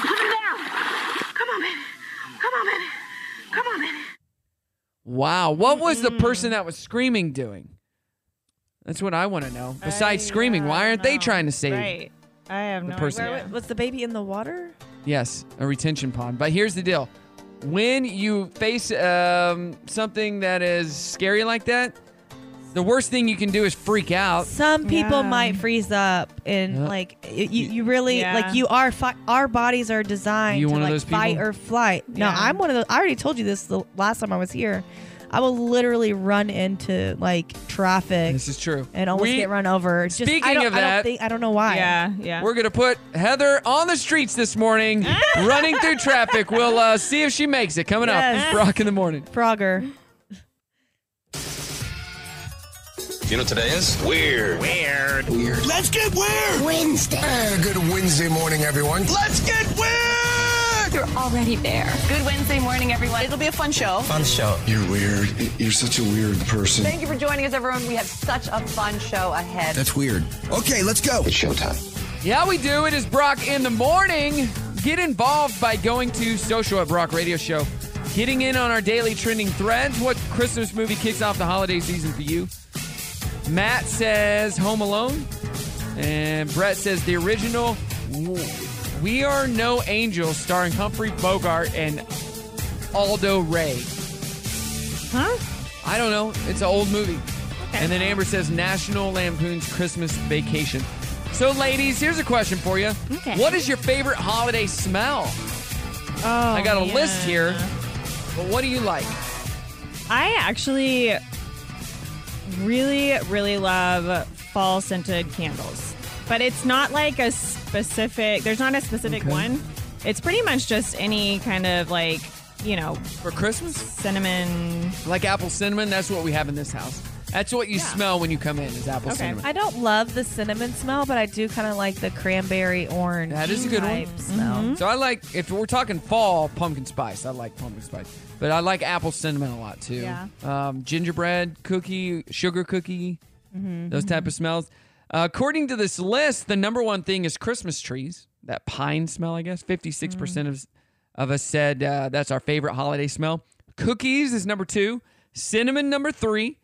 S3: Put him down. Come on, baby. Come on, baby. Come on, baby.
S1: Wow, what was the person that was screaming doing? That's what I want to know. Besides screaming, why aren't they trying to save?
S5: oh, Right. I have
S1: The
S5: no
S1: person.
S5: idea.
S1: Where
S6: Was the baby in the water?
S1: Yes, a retention pond. But here's the deal: when you face um, something that is scary like that, the worst thing you can do is freak out.
S6: Some people might freeze up and
S1: Yeah.
S6: like y- you, you really
S1: Yeah.
S6: like you are fi- our bodies are designed
S1: You
S6: to
S1: one of
S6: like
S1: those people?
S6: fight or flight. No,
S1: Yeah.
S6: I'm one of those. I already told you this the last time I was here. I will literally run into like traffic. This
S1: is true.
S6: And almost
S1: We-
S6: get run over. It's Just, I
S1: Speaking
S6: don't,
S1: of
S6: I don't,
S1: that-
S6: think, I don't know why.
S1: We're gonna put Heather on the streets this morning, running through traffic. We'll uh, see if she makes it. Coming
S6: Yes.
S1: up, Brock in the morning.
S6: Frogger.
S15: You know what today is? Weird. Weird. Weird.
S13: Let's get weird! Wednesday! good Wednesday morning, everyone. Let's get weird!
S16: You're already there. Good Wednesday morning, everyone. It'll be a fun show.
S13: Fun show. You're weird. You're such a weird person.
S16: Thank you for joining us, everyone. We have such a fun show ahead.
S13: That's weird. Okay, let's go. It's showtime.
S1: Yeah, we do. It is Brock in the morning. Get involved by going to social at Brock Radio Show. Getting in on our daily trending threads. What Christmas movie kicks off the holiday season for you? Matt says Home Alone. And Brett says the original We Are No Angels starring Humphrey Bogart and Aldo Ray.
S5: Huh?
S1: I don't know. It's an old movie. And then Amber says National Lampoon's Christmas Vacation. So, ladies, here's a question for you.
S5: Okay.
S1: What is your favorite holiday smell?
S5: Oh,
S1: I got a
S5: yeah.
S1: list here. But what do you like?
S5: I actually really, really love fall scented candles, but it's not like a specific. There's not a specific
S1: Okay.
S5: one. It's pretty much just any kind of like you know
S1: for Christmas
S5: cinnamon.
S1: Like apple cinnamon? That's what we have in this house. That's what you smell when you come in is apple cinnamon.
S6: I don't love the cinnamon smell, but I do kind of like the cranberry orange.
S1: That is a good
S6: type
S1: one. Mm-hmm.
S6: Smell.
S1: So I like if we're talking fall, pumpkin spice. I like pumpkin spice, but I like apple cinnamon a lot too.
S6: Yeah.
S1: Um, gingerbread cookie, sugar cookie,
S6: Mhm.
S1: those type of smells. Uh, according to this list, the number one thing is Christmas trees. That pine smell, I guess. Fifty-six percent of of us said uh, that's our favorite holiday smell. Cookies is number two. Cinnamon number three.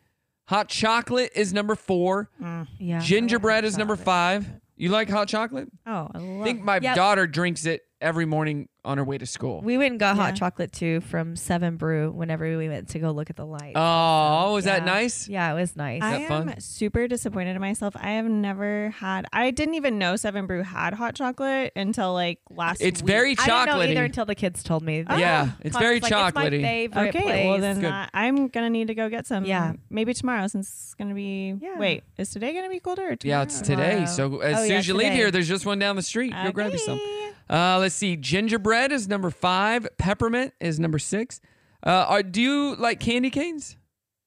S1: Hot chocolate is number four.
S6: Yeah.
S1: Gingerbread is number five. You like hot chocolate?
S5: Oh, I
S1: I
S5: love.
S1: think my
S6: Yep.
S1: daughter drinks it every morning on her way to school.
S6: We went and got
S1: Yeah.
S6: hot chocolate too from Seven Brew whenever we went to go look at the lights.
S1: Oh, was
S6: Yeah.
S1: that nice?
S6: Yeah, it was nice.
S1: Is that
S5: I
S1: fun?
S5: am super disappointed in myself. I have never had. I didn't even know Seven Brew had hot chocolate until like last.
S1: It's
S5: week.
S1: very
S6: I didn't know either until the kids told me.
S5: Oh.
S1: Yeah, it's very chocolatey.
S5: okay, well then
S1: Good.
S5: I- I'm gonna need to go get some. Yeah, maybe tomorrow since it's gonna be. Wait, is today gonna be colder? Or tomorrow?
S1: Yeah, it's today. So as
S5: Oh,
S1: soon
S5: yeah,
S1: as you leave
S5: today.
S1: here, there's just one down the street. Go grab you some. Uh, let's see. Gingerbread is number five. Peppermint is number six. Uh, are do you like candy canes?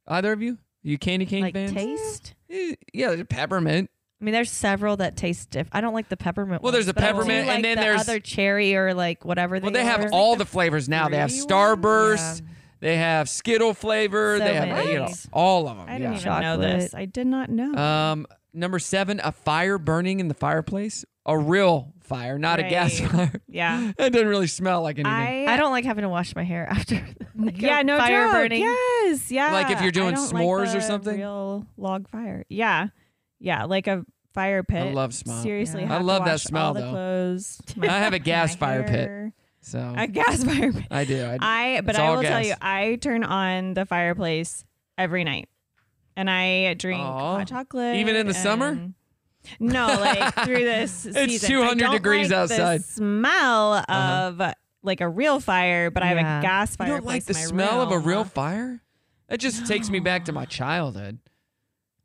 S1: Either of you? you candy cane fans?
S6: Taste?
S1: Eh, Yeah, peppermint.
S6: I mean, there's several that taste different. I don't like the peppermint.
S1: Well, there's the
S6: ones, but I do
S1: peppermint, and
S6: like
S1: then
S6: the
S1: there's-
S6: other cherry or like whatever. They
S1: Well, they
S6: are.
S1: have all the flavors now. They have Starburst. They have Skittle flavor.
S5: So
S1: they have
S5: many.
S1: you know, all of them.
S5: I
S1: yeah.
S5: didn't even know this. I did not know.
S1: Um, number seven, a fire burning in the fireplace. A real fire, not a gas
S5: Right.
S1: fire.
S5: Yeah.
S1: it doesn't really smell like mm, anything.
S5: I-
S6: I don't like having to wash my hair after. like,
S5: yeah,
S6: a
S5: no
S6: fire
S5: joke.
S6: burning.
S5: Yes, yeah.
S1: Like if you're
S5: I
S1: doing
S5: don't
S1: s'mores or
S5: the
S1: something?
S5: Real log fire. Yeah, yeah, like a fire pit.
S1: I love smell.
S5: Seriously,
S1: Yeah. I
S5: have to
S1: love that
S5: wash
S1: smell,
S5: all the
S1: though.
S5: Clothes.
S1: I have a gas
S5: my
S1: fire
S5: hair.
S1: pit. So
S5: A gas fire pit.
S1: I do. I,
S5: I but
S1: it's
S5: I
S1: all
S5: will tell
S1: gas.
S5: you, I turn on the fireplace every night, and I drink
S1: Aw.
S5: hot chocolate.
S1: Even in the summer?
S5: and- No, like through this.
S1: It's
S5: season.
S1: 200
S5: I don't
S1: degrees
S5: like the
S1: outside.
S5: smell of
S1: Uh-huh.
S5: like a real fire, but I have
S1: Yeah.
S5: a gas
S1: You
S5: fire.
S1: don't like the smell of a real fire? That just takes me back to my childhood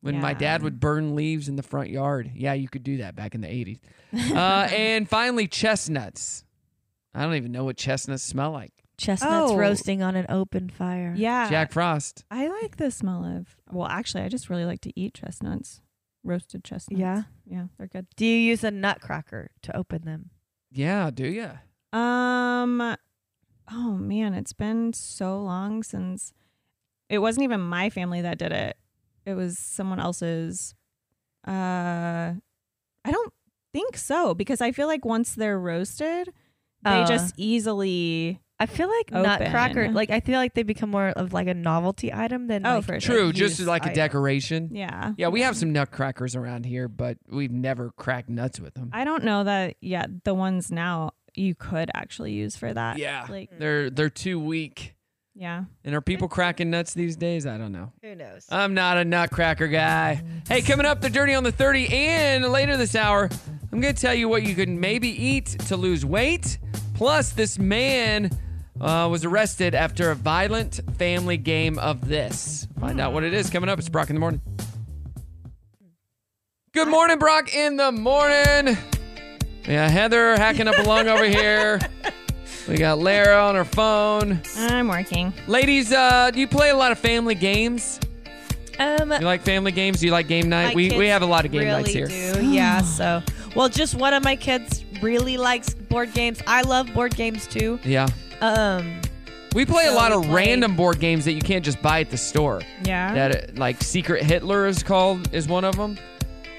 S1: when my
S5: Yeah.
S1: dad would burn leaves in the front yard. Yeah, you could do that back in the 80s. Uh, and finally, chestnuts. I don't even know what chestnuts smell like.
S6: Chestnuts
S5: Oh.
S6: roasting on an open fire.
S5: Yeah.
S1: Jack Frost.
S5: I like the smell of. Well, actually, I just really like to eat chestnuts, roasted chestnuts.
S6: Yeah.
S5: yeah, they're good.
S6: Do you use a nutcracker to open them?
S1: Yeah, do you?
S5: Um oh man, it's been so long since it wasn't even my family that did it. It was someone else's uh I don't think so because I feel like once they're roasted, they
S6: Uh,
S5: just easily
S6: I feel like Nutcracker, like I feel like they become more of like a novelty item than
S5: Oh,
S6: like,
S5: for
S6: a
S1: True, just
S6: used
S1: like a
S6: item.
S1: decoration.
S5: Yeah.
S1: Yeah, we have some nutcrackers around here, but we've never cracked nuts with them.
S5: I don't know that yeah, the ones now you could actually use for that.
S1: Yeah.
S5: Like
S1: they're they're too weak.
S5: yeah.
S1: And are people cracking nuts these days? I don't know.
S6: Who knows?
S1: I'm not a nutcracker guy. Hey, coming up, the dirty on the 30, and later this hour, I'm going to tell you what you can maybe eat to lose weight. Plus, this man uh, was arrested after a violent family game of this. Find out what it is coming up. It's Brock in the morning. Good morning, Brock in the morning. Yeah, Heather hacking up a lung over here. We got Lara on her phone.
S5: I'm working.
S1: Ladies, uh, do you play a lot of family games?
S6: Um,
S1: You like family games? Do you like game night?
S6: My
S1: We, we
S6: kids
S1: have a lot of game
S6: really
S1: nights here.
S6: Do. Yeah, so well, just one of my kids really likes board games. I love board games too.
S1: Yeah.
S6: Um,
S1: We play a
S6: So
S1: lot
S6: we
S1: of
S6: play-
S1: random board games that you can't just buy at the store.
S5: Yeah.
S1: That uh, like Secret Hitler is called is one of them.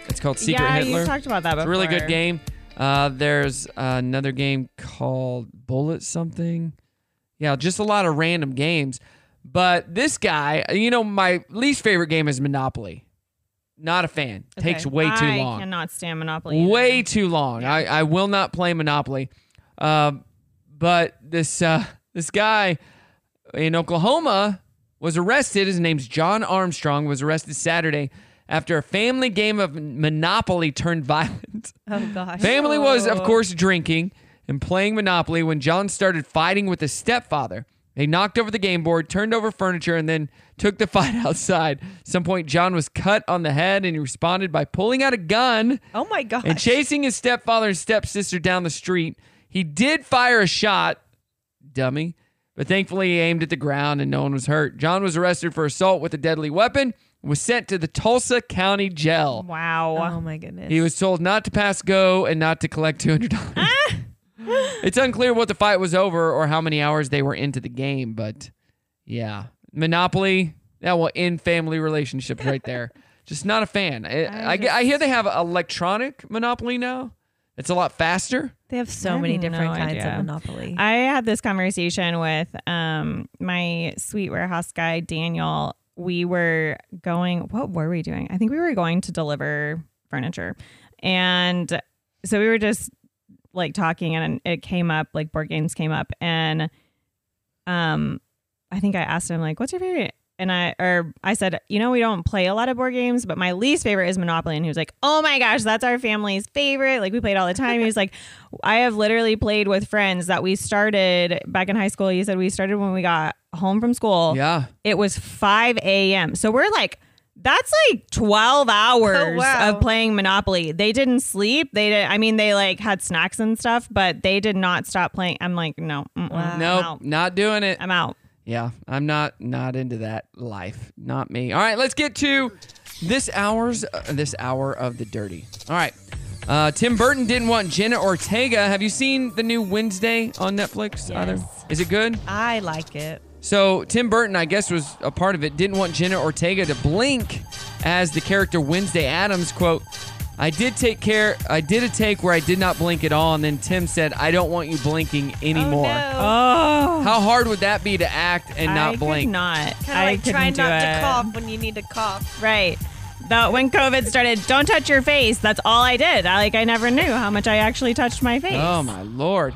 S1: It's called Secret
S5: Yeah, you
S1: Hitler.
S5: talked about that
S1: It's a really good
S5: before.
S1: game. Uh, there's another game called Bullet something. Yeah, just a lot of random games. But this guy, you know, my least favorite game is Monopoly. Not a fan. Takes way too
S5: I
S1: long.
S5: cannot stand Monopoly. either.
S1: Way too long. I, I will not play Monopoly. Um, but this uh, this guy in Oklahoma was arrested. His name's John Armstrong. Was arrested Saturday after a family game of Monopoly turned violent.
S6: oh gosh.
S1: Family was, of course, drinking and playing Monopoly when John started fighting with his stepfather. They knocked over the game board, turned over furniture, and then took the fight outside. At some point, John was cut on the head and he responded by pulling out a gun
S6: Oh my gosh.
S1: and chasing his stepfather and stepsister down the street. He did fire a shot, dummy, but thankfully he aimed at the ground and no one was hurt. John was arrested for assault with a deadly weapon and was sent to the Tulsa County Jail.
S5: Wow.
S6: oh my goodness.
S1: He was told not to pass go and not to collect $200. it's unclear what the fight was over or how many hours they were into the game, but yeah. Monopoly, that will end family relationships right there. Just not a fan. I, I,
S6: I
S1: ge- I hear they have electronic Monopoly now. It's a lot faster.
S6: They have
S5: I
S6: so
S5: have
S6: many different
S5: no
S6: kinds
S5: idea.
S6: of Monopoly.
S5: I had this conversation with um, my sweet warehouse guy, Daniel. We were going, what were we doing? I think we were going to deliver furniture. And so we were just like talking, and it came up, like board games came up. And um, I think I asked him, like, what's your favorite? And I, or I said, you know, we don't play a lot of board games, but my least favorite is Monopoly. And he was like, oh my gosh, that's our family's favorite. Like, we played all the time. He was like, I have literally played with friends that we started back in high school. He said, we started when we got home from school.
S1: Yeah.
S5: It was 5 a.m. So we're like, that's like
S1: Oh,
S5: 12 hours
S6: wow.
S5: of playing Monopoly. They didn't sleep. They did. I mean, they like had snacks and stuff, but they did not stop playing. I'm like, no, mm-mm, I'm
S1: Nope,
S5: out.
S1: not doing it.
S5: I'm out.
S1: Yeah, I'm not not into that life. Not me. All right, let's get to This hour's uh, this hour of the dirty. All right. Uh, Tim Burton didn't want Jenna Ortega. Have you seen the new Wednesday on Netflix? Either is it good?
S6: I like it.
S1: So Tim Burton, I guess, was a part of it. Didn't want Jenna Ortega to blink as the character Wednesday Adams. "Quote: I did take care. I did a take where I did not blink at all, and then Tim said, "I don't want you blinking anymore."
S5: Oh.
S1: how hard would that be to act and not
S5: I
S1: blink?
S5: Could not.
S6: Kinda
S5: I
S6: like
S5: couldn't
S6: trying
S5: do
S6: not
S5: it.
S6: to cough when you need to cough.
S5: Right. The, when COVID started, don't touch your face. That's all I did. I, like I never knew how much I actually touched my face.
S1: Oh my lord.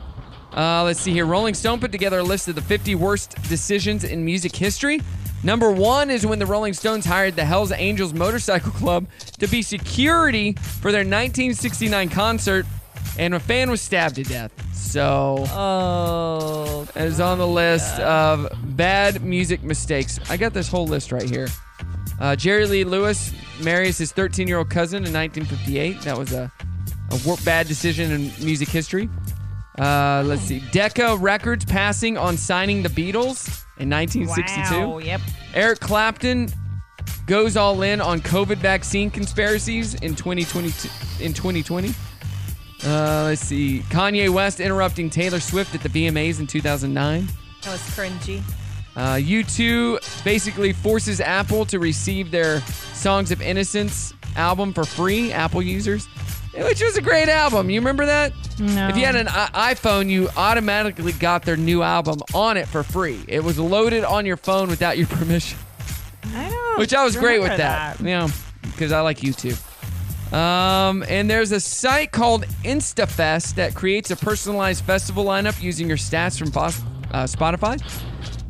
S1: Uh, let's see here. Rolling Stone put together a list of the 50 worst decisions in music history. Number one is when the Rolling Stones hired the Hells Angels Motorcycle Club to be security for their 1969 concert, and a fan was stabbed to death. So,
S5: oh,
S1: it is on the list of bad music mistakes. I got this whole list right here. Uh, Jerry Lee Lewis marries his 13 year old cousin in 1958. That was a, a wor- bad decision in music history. Uh, let's see. Decca Records passing on signing the Beatles in 1962.
S5: Wow, yep.
S1: Eric Clapton goes all in on COVID vaccine conspiracies in 2020. In 2020. Uh, let's see. Kanye West interrupting Taylor Swift at the VMAs in 2009.
S6: That was cringy.
S1: Uh, U2 basically forces Apple to receive their Songs of Innocence album for free, Apple users, which was a great album. You remember that?
S5: No.
S1: If you had an I- iPhone, you automatically got their new album on it for free. It was loaded on your phone without your permission,
S5: I don't.
S1: which I was great with
S5: remember
S1: that. Yeah, because I like U2. Um, and there's a site called InstaFest that creates a personalized festival lineup using your stats from Fos- uh, Spotify.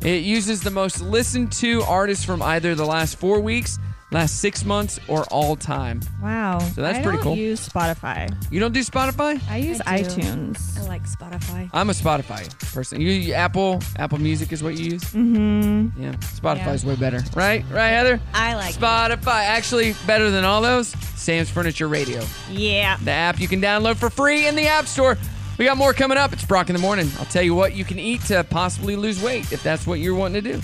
S1: It uses the most listened to artists from either the last four weeks, last six months, or all time.
S5: Wow.
S1: So that's
S5: I
S1: pretty
S5: don't
S1: cool.
S5: Use Spotify.
S1: You don't do Spotify?
S5: I use
S6: I do.
S5: iTunes.
S6: I like Spotify.
S1: I'm a Spotify person. You, you Apple Apple Music is what you use.
S5: Mm-hmm.
S1: Yeah, Spotify's way better, right? Right, Heather?
S6: I like it.
S1: Spotify actually better than all those. Sam's Furniture Radio.
S5: Yeah.
S1: The app you can download for free in the App Store. We got more coming up. It's Brock in the morning. I'll tell you what you can eat to possibly lose weight if that's what you're wanting to do.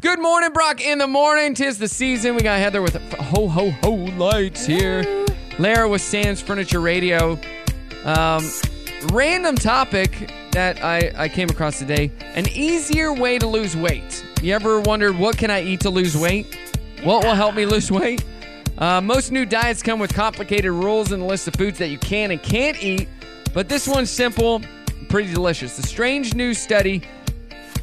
S1: Good morning, Brock in the morning. Tis the season. We got Heather with ho ho ho lights here. Lara with Sam's Furniture Radio. Um, random topic that I, I came across today. An easier way to lose weight. You ever wondered what can I eat to lose weight? What will help me lose weight? Uh, most new diets come with complicated rules and a list of foods that you can and can't eat, but this one's simple, pretty delicious. The strange new study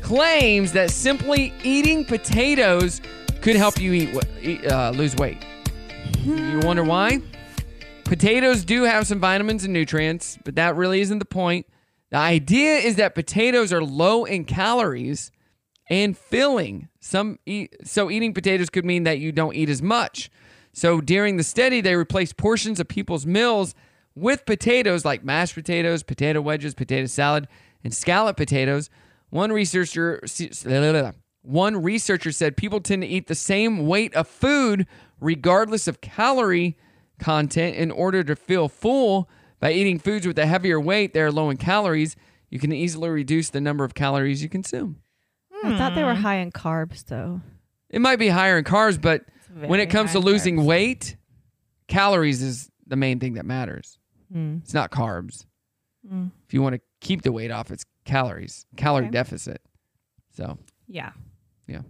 S1: claims that simply eating potatoes could help you eat, wa- eat uh, lose weight. You wonder why? Potatoes do have some vitamins and nutrients, but that really isn't the point. The idea is that potatoes are low in calories and filling. Some eat, so eating potatoes could mean that you don't eat as much. So during the study, they replaced portions of people's meals with potatoes like mashed potatoes, potato wedges, potato salad, and scallop potatoes. One researcher one researcher said people tend to eat the same weight of food regardless of calorie content in order to feel full. By eating foods with a heavier weight, they're low in calories. You can easily reduce the number of calories you consume.
S6: I thought they were
S1: Hmm.
S6: high in carbs though.
S1: It might be higher in carbs, but when
S6: very
S1: it comes to
S6: high in
S1: losing weight, calories is the main thing that matters.
S5: Hmm.
S6: Mm.
S1: It's not carbs.
S5: Mm.
S1: If you want to keep the weight off, it's calories, calorie
S5: Okay.
S1: deficit. So,
S5: Yeah.
S1: yeah.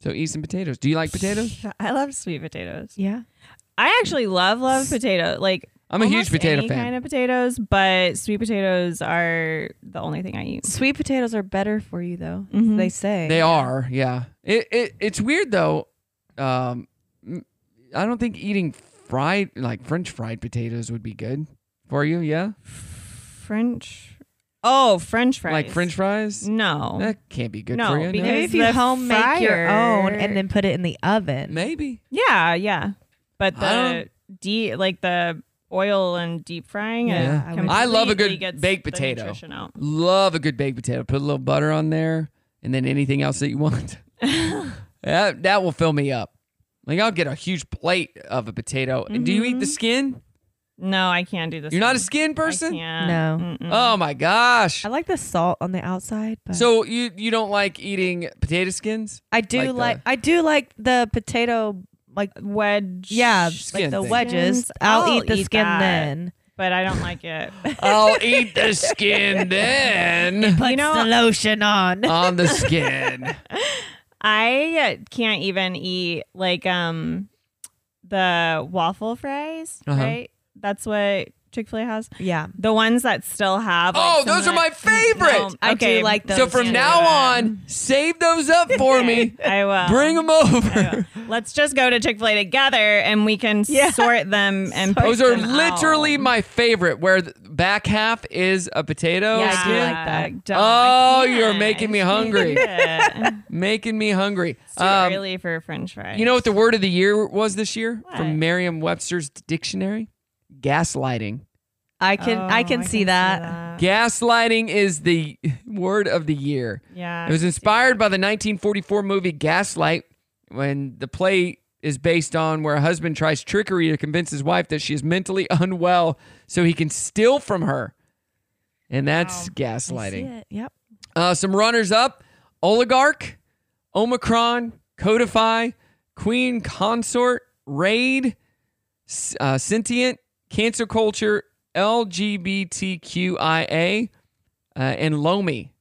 S1: So, eat some potatoes. Do you like potatoes?
S5: I love sweet potatoes.
S6: Yeah.
S5: I actually love love potato. Like
S1: I'm a huge
S5: almost
S1: potato
S5: any
S1: fan.
S5: Kind of potatoes, but sweet potatoes are the only thing I eat.
S6: Sweet potatoes are better for you though.
S5: Mhm.
S6: They say.
S1: Mm-hmm. They are, yeah. It, it It's weird, though. Um, m- I don't think eating fried, like French fried potatoes, would be good for you, yeah?
S5: French. Oh, French fries.
S1: Like French fries? Eh.
S5: No.
S1: That can't be good
S5: No,
S1: for you.
S5: because-
S6: Maybe if you
S5: the
S6: home make your own
S5: fryer-
S6: and then put it in the oven.
S1: Maybe.
S5: Yeah, yeah. But
S1: I
S5: the de- like the oil and deep frying. it
S1: Yeah, I love a
S5: completely
S1: good
S5: gets
S1: baked
S5: the
S1: potato.
S5: nutrition out.
S1: Love a good baked potato. Put a little butter on there, and then anything else that you want. that that will fill me up. Like I'll get a huge plate of a potato. Do you eat the skin?
S5: No, Mm-hmm. I can't do this.
S1: You're not a skin person?
S5: No.
S1: Oh my gosh.
S6: I like the salt on the outside, but
S1: So you you don't like eating potato skins?
S6: I do like,
S1: the-
S6: I do like the potato like
S5: wedge.
S6: Yeah,
S1: Skin
S6: like the
S1: thing.
S6: wedges. I'll, eat the skin
S5: that,
S6: then.
S5: But I don't like it.
S1: I'll eat the skin then.
S6: Puts the lotion on.
S1: On the skin.
S5: I can't even eat like um the waffle fries,
S1: Uh-huh.
S5: right? That's what Chick Fil A has.
S6: Yeah,
S5: the ones that still have. like,
S1: Oh,
S5: some
S1: those
S5: of
S1: are my
S5: that-
S1: favorite.
S5: No, okay.
S1: So from now on, save those up for me.
S5: I will.
S1: Bring them over.
S5: let's just go to Chick Fil A together, and we can sort them and pick
S1: Those are
S5: them out.
S1: literally my favorite, where the back half is a potato.
S5: Yeah, I do
S1: skin.
S5: like that. Don't- I
S1: Oh, you're
S5: can't.
S1: making me
S5: I can't
S1: hungry.
S5: do it.
S1: making me hungry.
S5: It's too
S1: Um,
S5: early for French fries.
S1: You know what the word of the year was this year from Merriam Webster's dictionary? Gaslighting.
S6: I can Oh, I can see that.
S1: Gaslighting is the word of the year.
S6: Yeah,
S1: It was inspired by the 1944 movie Gaslight when the play is based on where a husband tries trickery to convince his wife that she is mentally unwell so he can steal from her. And that's gaslighting.
S6: Yep.
S1: Uh, some runners up Oligarch, Omicron, Codify, Queen Consort, Raid, S- uh, Sentient, Cancer Culture, LGBTQIA, uh, and Lomi.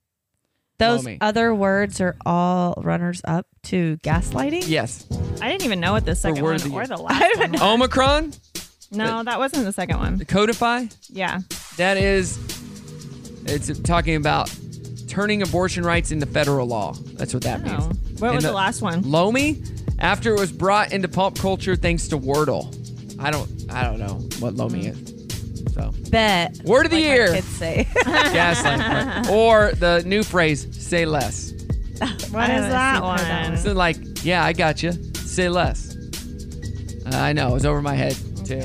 S6: Those
S1: Lomi.
S6: other words are all runners up to gaslighting.
S1: Yes.
S5: I didn't even know what the second
S1: word of
S5: one
S1: the year.
S5: or the last one. was.
S1: Omicron,
S5: No, that wasn't the second one.
S1: Codify,
S5: Yeah.
S1: that is, it's talking about turning abortion rights into federal law. That's what that
S6: Oh.
S1: means.
S5: What
S1: And
S5: was the last one?
S1: Lomi, after it was brought into pop culture thanks to Wordle. I don't, I don't know what Lomi is. So
S6: Bet.
S1: Word of the
S6: Like my
S1: year.
S6: kids say.
S1: gaslight, or the new phrase, say less.
S5: What is that one?
S1: So like, yeah, I got you. Say less. Uh, I know it was over my head too.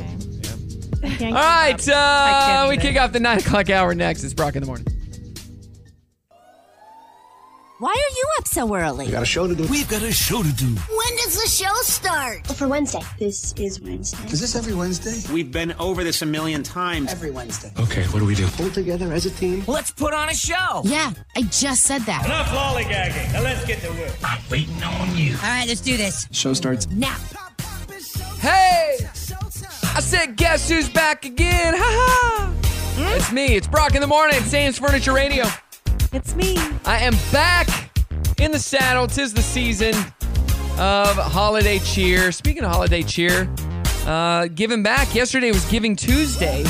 S1: All right, uh, we kick off the nine o'clock hour next. It's Brock in the morning.
S17: Why are you up so early?
S13: We got a show to do.
S17: We've
S13: got a show to do.
S17: When does the show start? Oh, For Wednesday. This is Wednesday.
S13: Is this every Wednesday?
S12: We've been over this a million times.
S17: Every Wednesday.
S13: Okay, what do we do? Pull together as a team.
S17: Let's put on a show. Yeah, I just said that.
S12: Enough lollygagging. Now let's get to work. I'm waiting on you.
S17: All right, let's do this.
S13: Show starts.
S17: Now.
S1: Hey, I said, guess who's back again? Ha ha! It's me. It's Brock in the morning. Sam's Furniture Radio.
S6: It's me.
S1: I am back in the saddle. Tis the season of holiday cheer. Speaking of holiday cheer, uh, giving back. Yesterday was Giving Tuesday.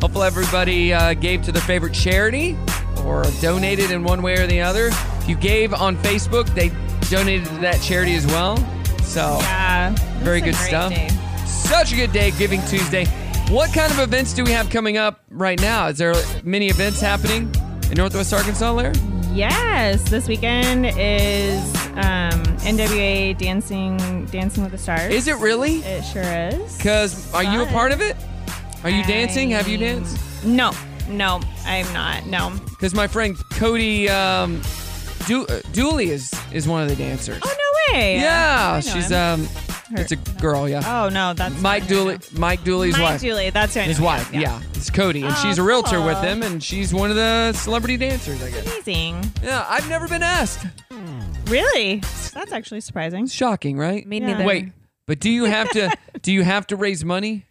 S1: Hopefully, everybody uh, gave to their favorite charity or donated in one way or the other. If you gave on Facebook, they donated to that charity as well. So, very
S5: That's a
S1: good
S5: great
S1: stuff.
S5: day.
S1: Such a good day, Giving Tuesday. What kind of events do we have coming up right now? Is there many events happening in Northwest Arkansas, Larry?
S5: Yes, this weekend is um, NWA Dancing Dancing with the Stars.
S1: Is it really?
S5: It sure is.
S1: Because are you a part of it? Are you dancing? Have you danced?
S5: No, no, I'm not. No.
S1: Because my friend Cody um, du- uh, Dooley is is one of the dancers.
S5: Oh no way. I
S1: Yeah,
S5: know
S1: she's
S5: him.
S1: um, it's a girl. Yeah.
S5: Oh no, that's
S1: Mike Dooley. Mike Dooley's
S5: Mike
S1: wife.
S5: Dooley, that's who I
S1: His
S5: know,
S1: wife. Yeah. it's Cody, and
S5: Oh,
S1: she's a realtor with
S5: cool.
S1: him, and she's one of the celebrity dancers, I guess.
S5: amazing.
S1: Yeah, I've never been asked.
S5: Really? That's actually surprising.
S1: Shocking, right?
S5: Me Yeah. neither.
S1: Wait, but do you have to? do you have to raise money?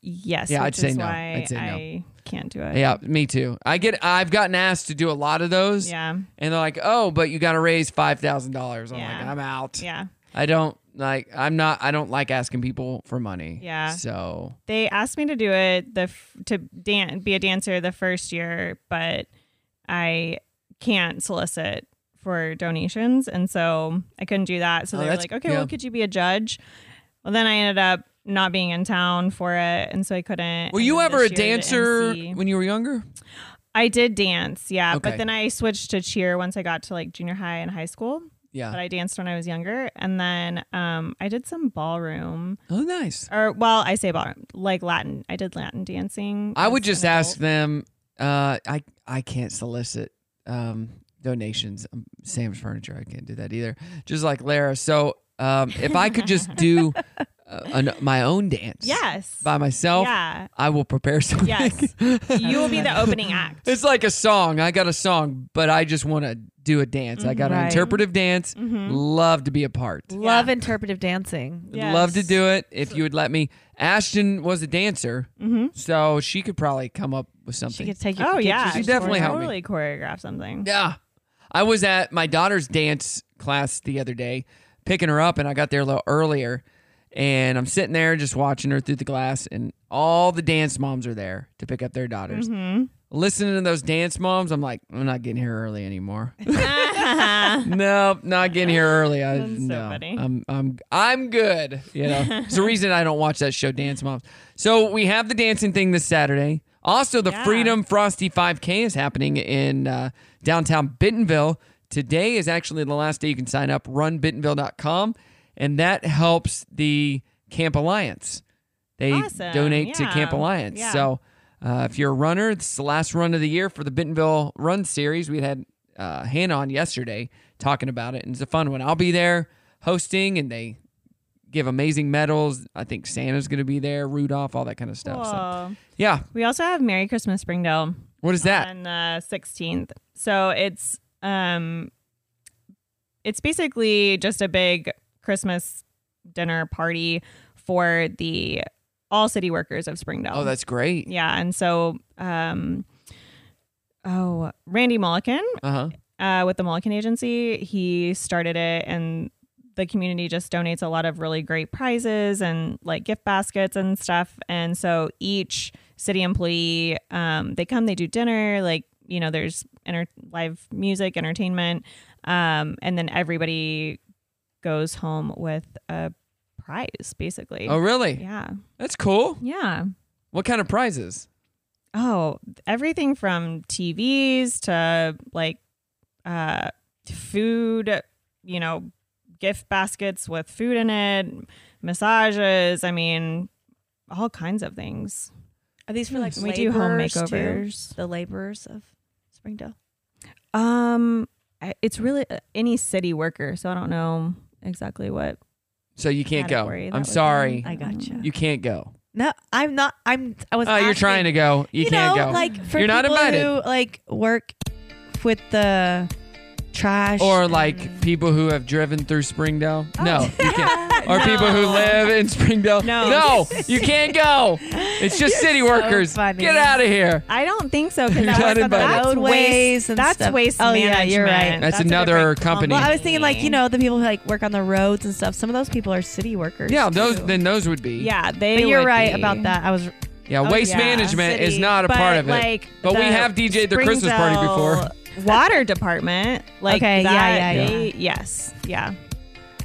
S5: Yes.
S1: Yeah, I'd
S5: which
S1: say
S5: is
S1: no.
S5: why
S1: I'd say no.
S5: I can't do it.
S1: Yeah, me too. I get. I've gotten asked to do a lot of those.
S5: Yeah.
S1: And they're like, "Oh, but you got to raise five thousand dollars." I'm like,
S5: Yeah.
S1: "I'm out.
S5: Yeah.
S1: I don't like. I'm not. I don't like asking people for money.
S5: Yeah.
S1: So
S5: They asked me to do it the f- to dan- be a dancer the first year, but I can't solicit for donations, and so I couldn't do that. So
S16: Oh,
S5: they were
S16: that's-
S5: like, "Okay,
S16: yeah.
S5: well, could you be a judge?" Well, then I ended up not being in town for it, and so I couldn't.
S1: were
S5: And
S1: you
S5: then
S1: ever
S5: this
S1: a
S5: year, the
S1: dancer
S5: MC
S1: when you were younger?
S5: I did dance, yeah,
S1: Okay.
S5: but then I switched to cheer once I got to like junior high and high school.
S1: Yeah.
S5: But I danced when I was younger and then um I did some ballroom.
S1: Oh nice.
S5: Or well, I say ballroom, like Latin. I did Latin dancing.
S1: I would just ask them. Uh, I I can't solicit um, donations. Um, Sam's furniture. I can't do that either. Just like Lara. So um, if I could just do an, my own dance.
S5: Yes.
S1: By myself.
S5: Yeah.
S1: I will prepare something.
S5: Yes. you will be the opening act.
S1: It's like a song. I got a song, but I just want to do a dance. I got an
S6: Right.
S1: interpretive dance.
S5: Mm-hmm.
S6: Mhm.
S1: Love to be a part.
S6: Love interpretive dancing.
S1: Would Love to do it if you would let me. Ashton was a dancer,
S5: Mhm.
S1: so she could probably come up with something.
S5: She could take you. Oh yeah,
S1: she definitely helped me.
S5: Totally choreograph something.
S1: Yeah. I was at my daughter's dance class the other day, picking her up, and I got there a little earlier. And I'm sitting there just watching her through the glass, and all the dance moms are there to pick up their daughters.
S5: Mhm.
S1: Listening to those dance moms, I'm like, I'm not getting here early anymore. nope, not getting here early. I,
S5: That's so
S1: no,
S5: funny.
S1: I'm, I'm, I'm good. You know, it's the reason I don't watch that show, Dance Moms. So we have the dancing thing this Saturday. Also, the Freedom Frosty 5K is happening in uh, downtown Bentonville. Today is actually the last day you can sign up. RunBentonville.com, and that helps the Camp Alliance. They
S5: Awesome.
S1: donate to
S5: Yeah.
S1: Camp Alliance.
S5: Yeah.
S1: So uh, if you're a runner, this is the last run of the year for the Bentonville Run Series. We had uh, Hannah on yesterday talking about it, and it's a fun one. I'll be there hosting, and they give amazing medals. I think Santa's going to be there, Rudolph, all that kind of stuff. So,
S5: Cool.
S1: yeah.
S5: We also have Merry Christmas Springdale.
S1: What is that?
S5: On the sixteenth. So it's um it's basically just a big Christmas dinner party for the all city workers of Springdale.
S1: Oh, that's great.
S5: Yeah. And so um oh Randy Mullican
S1: Uh-huh.
S5: uh, with the Mullican Agency. He started it, and the community just donates a lot of really great prizes and like gift baskets and stuff. And so each city employee, um, they come, they do dinner, like you know, there's enter- live music, entertainment, um, and then everybody goes home with a prize, basically.
S1: Oh, really?
S5: Yeah.
S1: That's cool.
S5: Yeah.
S1: What kind of prizes?
S5: Oh, everything from TVs to like uh, food, you know, gift baskets with food in it, massages. I mean, all kinds of things.
S6: Are these for like
S5: we do home
S6: laborers, too?
S5: makeovers?
S6: The laborers of Springdale.
S5: Um, I- it's really uh, any city worker, so I don't know exactly what.
S1: So you can't go.
S5: Category, that
S1: I'm
S5: would be-
S1: sorry.
S5: I
S6: gotcha.
S1: You can't go.
S6: No, I'm not. I'm. I was.
S1: Oh, you're
S6: asking-
S1: trying to go. You can't
S6: know,
S1: go.
S6: Like for
S1: You're not
S6: people
S1: invited.
S6: Who, like work with the trash
S1: Or like people who have driven through Springdale.
S5: Oh.
S1: No, you can't. Or people who
S6: No.
S1: live in Springdale.
S5: No.
S1: you can't go. It's just city workers. Get out of here.
S5: I don't think so. 'cause
S1: You're
S5: that
S1: not
S5: was-
S1: invited.
S5: That's waste.
S6: roadways and
S5: That's
S6: stuff.
S5: waste
S6: Oh
S5: management.
S6: yeah, you're right.
S1: That's
S6: a
S1: another
S6: different com-
S1: company.
S6: Well, I was thinking like you know the people who like work on the roads and stuff. Some of those people are city workers.
S1: Yeah, those then those would be.
S5: Yeah, they.
S6: But you're
S5: would
S6: right
S5: be.
S6: about that. I was.
S1: Yeah,
S5: Oh,
S1: waste
S5: yeah.
S1: management is
S5: City.
S1: not a
S5: But,
S1: part of it.
S5: like,
S1: but we
S5: the
S1: have DJ'd their Christmas party before.
S5: Springdale Water department, like
S6: Okay, yeah,
S5: that,
S6: yeah,
S5: they- yes, yeah.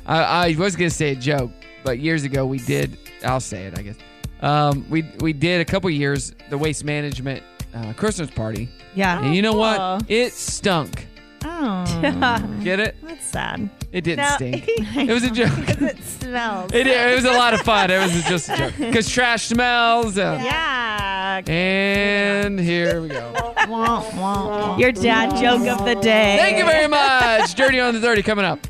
S1: I, I was gonna say a joke, but years ago we did. I'll say it, I guess. Um, we we did a couple years the waste management uh, Christmas party.
S6: Yeah.
S1: and you know
S5: Oh.
S1: what? It stunk.
S5: Oh,
S1: Get it?
S5: that's sad.
S1: It didn't
S6: No.
S1: stink. It was a joke.
S6: it smells.
S1: It, it was a lot of fun. It was just a joke because trash smells. uh,
S5: Yeah.
S1: And here we go.
S6: Your dad joke of the day.
S1: Thank you very much. Dirty on the 30 coming up.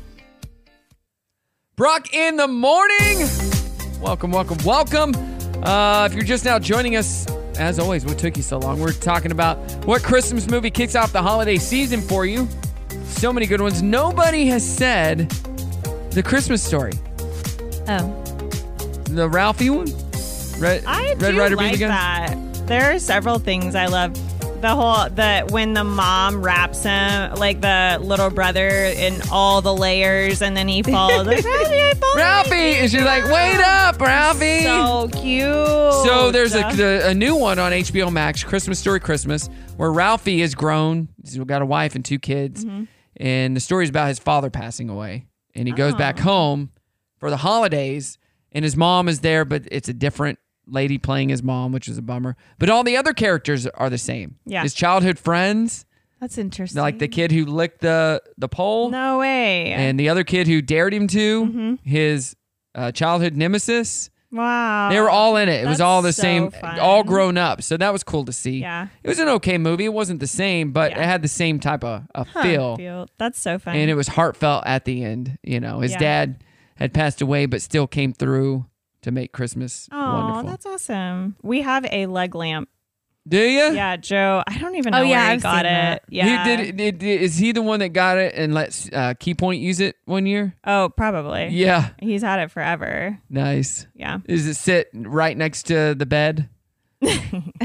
S1: Brock in the morning. Welcome, welcome, welcome. Uh, if you're just now joining us, as always, what took you so long? We're talking about what Christmas movie kicks off the holiday season for you. So many good ones. Nobody has said the Christmas story,
S6: Oh,
S1: the Ralphie one. Red,
S5: I
S1: Red
S5: do
S1: Rider
S5: like
S1: Gun.
S5: that. There are several things I love. The whole the when the mom wraps him like the little brother in all the layers, and then he falls. Like, Ralphie, I fall
S1: Ralphie, and she's like, "Wait up, Ralphie!"
S5: So cute. Oh,
S1: So there's a, the- a new one on HBO Max, Christmas Story Christmas, where Ralphie is grown. He's got a wife and two kids.
S5: Mm-hmm.
S1: And the story is about his father passing away. And he goes
S5: Oh.
S1: back home for the holidays. And his mom is there, but it's a different lady playing his mom, which is a bummer. But all the other characters are the same.
S5: Yeah.
S1: His childhood friends,
S6: that's interesting.
S1: like the kid who licked the, the pole
S5: no Mm-hmm. way.
S1: and the other kid who dared him to, his uh, childhood nemesis.
S5: wow.
S1: They were all in it. It was
S5: Oh, That's
S1: all the
S5: so
S1: same,
S5: fun.
S1: all grown up. So that was cool to see.
S5: Yeah.
S1: It was an okay movie. It wasn't the same, but it had the same type of, of
S5: Huh,
S1: feel.
S5: feel. That's so fun.
S1: And it was heartfelt at the end. You know, his
S5: Yeah.
S1: dad had passed away, but still came through, to make Christmas
S5: Oh,
S1: wonderful.
S5: that's awesome. We have a leg lamp.
S1: Do you?
S5: Yeah, Joe. I don't even know
S6: Oh, yeah,
S5: where he
S6: I've
S5: got
S6: seen
S5: it.
S6: that.
S5: Yeah.
S1: He did, did, did- Is he the one that got it and let uh, Key Point use it one year?
S5: Oh, probably.
S1: Yeah.
S5: He's had it forever.
S1: Nice.
S5: Yeah.
S1: Is it sit right next to the bed?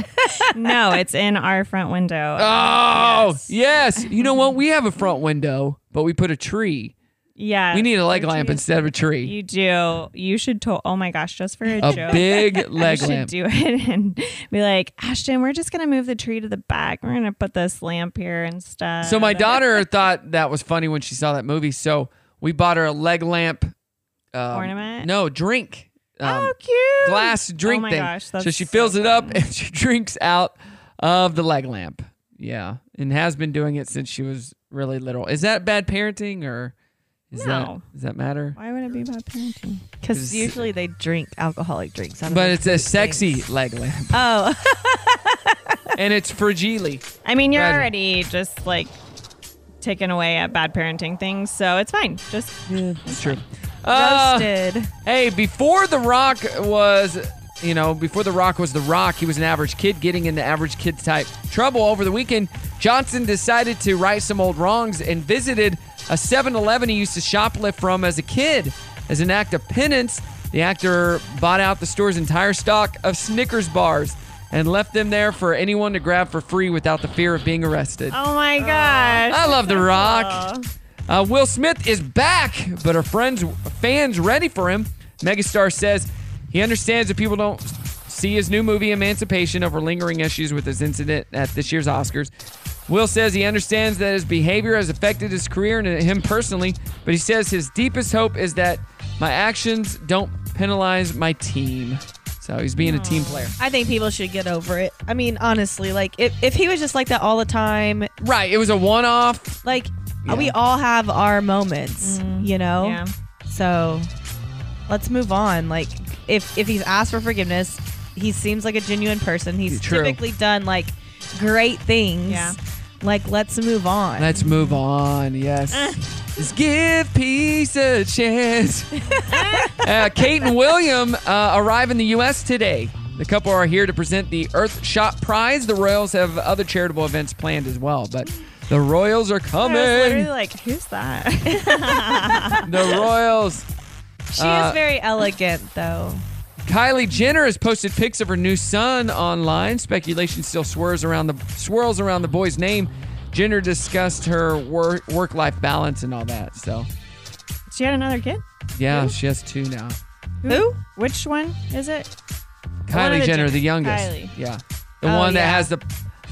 S5: no, it's in our front window.
S1: Oh, yes. You know what? We have a front window, but we put a tree.
S5: yeah.
S1: we need a leg
S5: Your
S1: lamp
S5: tree-
S1: instead of a tree.
S5: You do. You should. To- oh my gosh, just for a,
S1: A
S5: joke,
S1: big
S5: you
S1: leg
S5: should
S1: lamp.
S5: Do it and be like, Ashton, we're just gonna move the tree to the back. We're gonna put this lamp here and stuff.
S1: so my daughter thought that was funny when she saw that movie. So we bought her a leg lamp um,
S5: Ornament?
S1: No, drink. Um,
S5: oh, cute
S1: glass drink
S5: Oh my
S1: thing.
S5: gosh,
S1: so
S5: that's
S1: she fills it up and she drinks out of the leg lamp. Yeah, and has been doing it since she was really little. Is that bad parenting or is
S5: No.
S1: that does that matter?
S5: Why would it be about parenting?
S1: Is-
S6: Because usually they drink alcoholic drinks. I don't
S1: But
S6: know.
S1: it's a sexy leg lamp
S5: Oh,
S1: and it's fragile.
S5: I mean, you're
S1: Bad-
S5: already just like taken away at bad parenting things, so it's fine. Just
S1: It's true.
S5: Ah. Roasted.
S1: Hey, before The Rock was, you know, before The Rock was The Rock, he was an average kid getting into average kid type trouble. Over the weekend, Johnson decided to right some old wrongs and visited a 7 Eleven he used to shoplift from as a kid. As an act of penance, the actor bought out the store's entire stock of Snickers bars and left them there for anyone to grab for free without the fear of being arrested.
S5: oh my gosh,
S1: I love The
S5: so
S1: Rock.
S5: cool.
S1: Uh, Will Smith is back, but are friends fans ready for him? Megastar says he understands that people don't see his new movie Emancipation over lingering issues with his incident at this year's Oscars. Will says he understands that his behavior has affected his career and him personally, but he says his deepest hope is that my actions don't penalize my team. So he's being a team player.
S6: I think people should get over it. I mean, honestly, like if, if he was just like that all the time,
S1: right? It was a one off.
S6: Like we all have our moments, you know.
S5: yeah.
S6: So let's move on. Like if if he's asked for forgiveness, he seems like a genuine person. He's
S1: True.
S6: typically done like great things.
S5: Yeah.
S6: Like let's move on.
S1: Let's move on. Yes. Just give peace a chance. uh, Kate and William uh, arrive in the U.S. today. The couple are here to present the Earth Shot Prize. The Royals have other charitable events planned as well, but the Royals are
S5: I was literally
S1: coming.
S5: like, who's that?
S1: The Royals.
S6: She
S1: Uh,
S6: is very elegant though.
S1: Kylie Jenner has posted pics of her new son online. Speculation still swirls around the swirls around the boy's name. Jenner discussed her work work life balance and all that. So
S5: she had another kid.
S1: yeah, she has two now.
S5: Who? Which one is it? One of
S1: Kylie
S5: the
S1: Jenner,
S5: Jenners.
S1: the youngest.
S5: Kylie.
S1: Yeah. The
S6: Oh,
S1: one that
S6: yeah.
S1: has the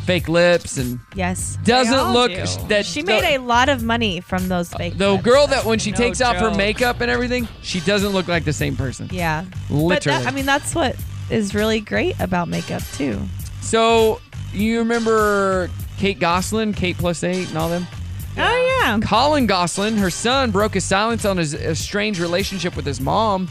S1: fake lips and
S6: Yes.
S1: doesn't look that Uh,
S6: She made a lot of money from those fake.
S1: the
S6: lips.
S1: girl that when she takes off her
S6: joke.
S1: makeup and everything, she doesn't look like the same person.
S6: Yeah. But
S1: Literally.
S6: that, I mean, that's what is really great about makeup too.
S1: so you remember Kate Goslin, Kate plus eight and all them?
S5: Oh yeah.
S1: Colin Goslin, her son, broke his silence on his strange relationship with his mom.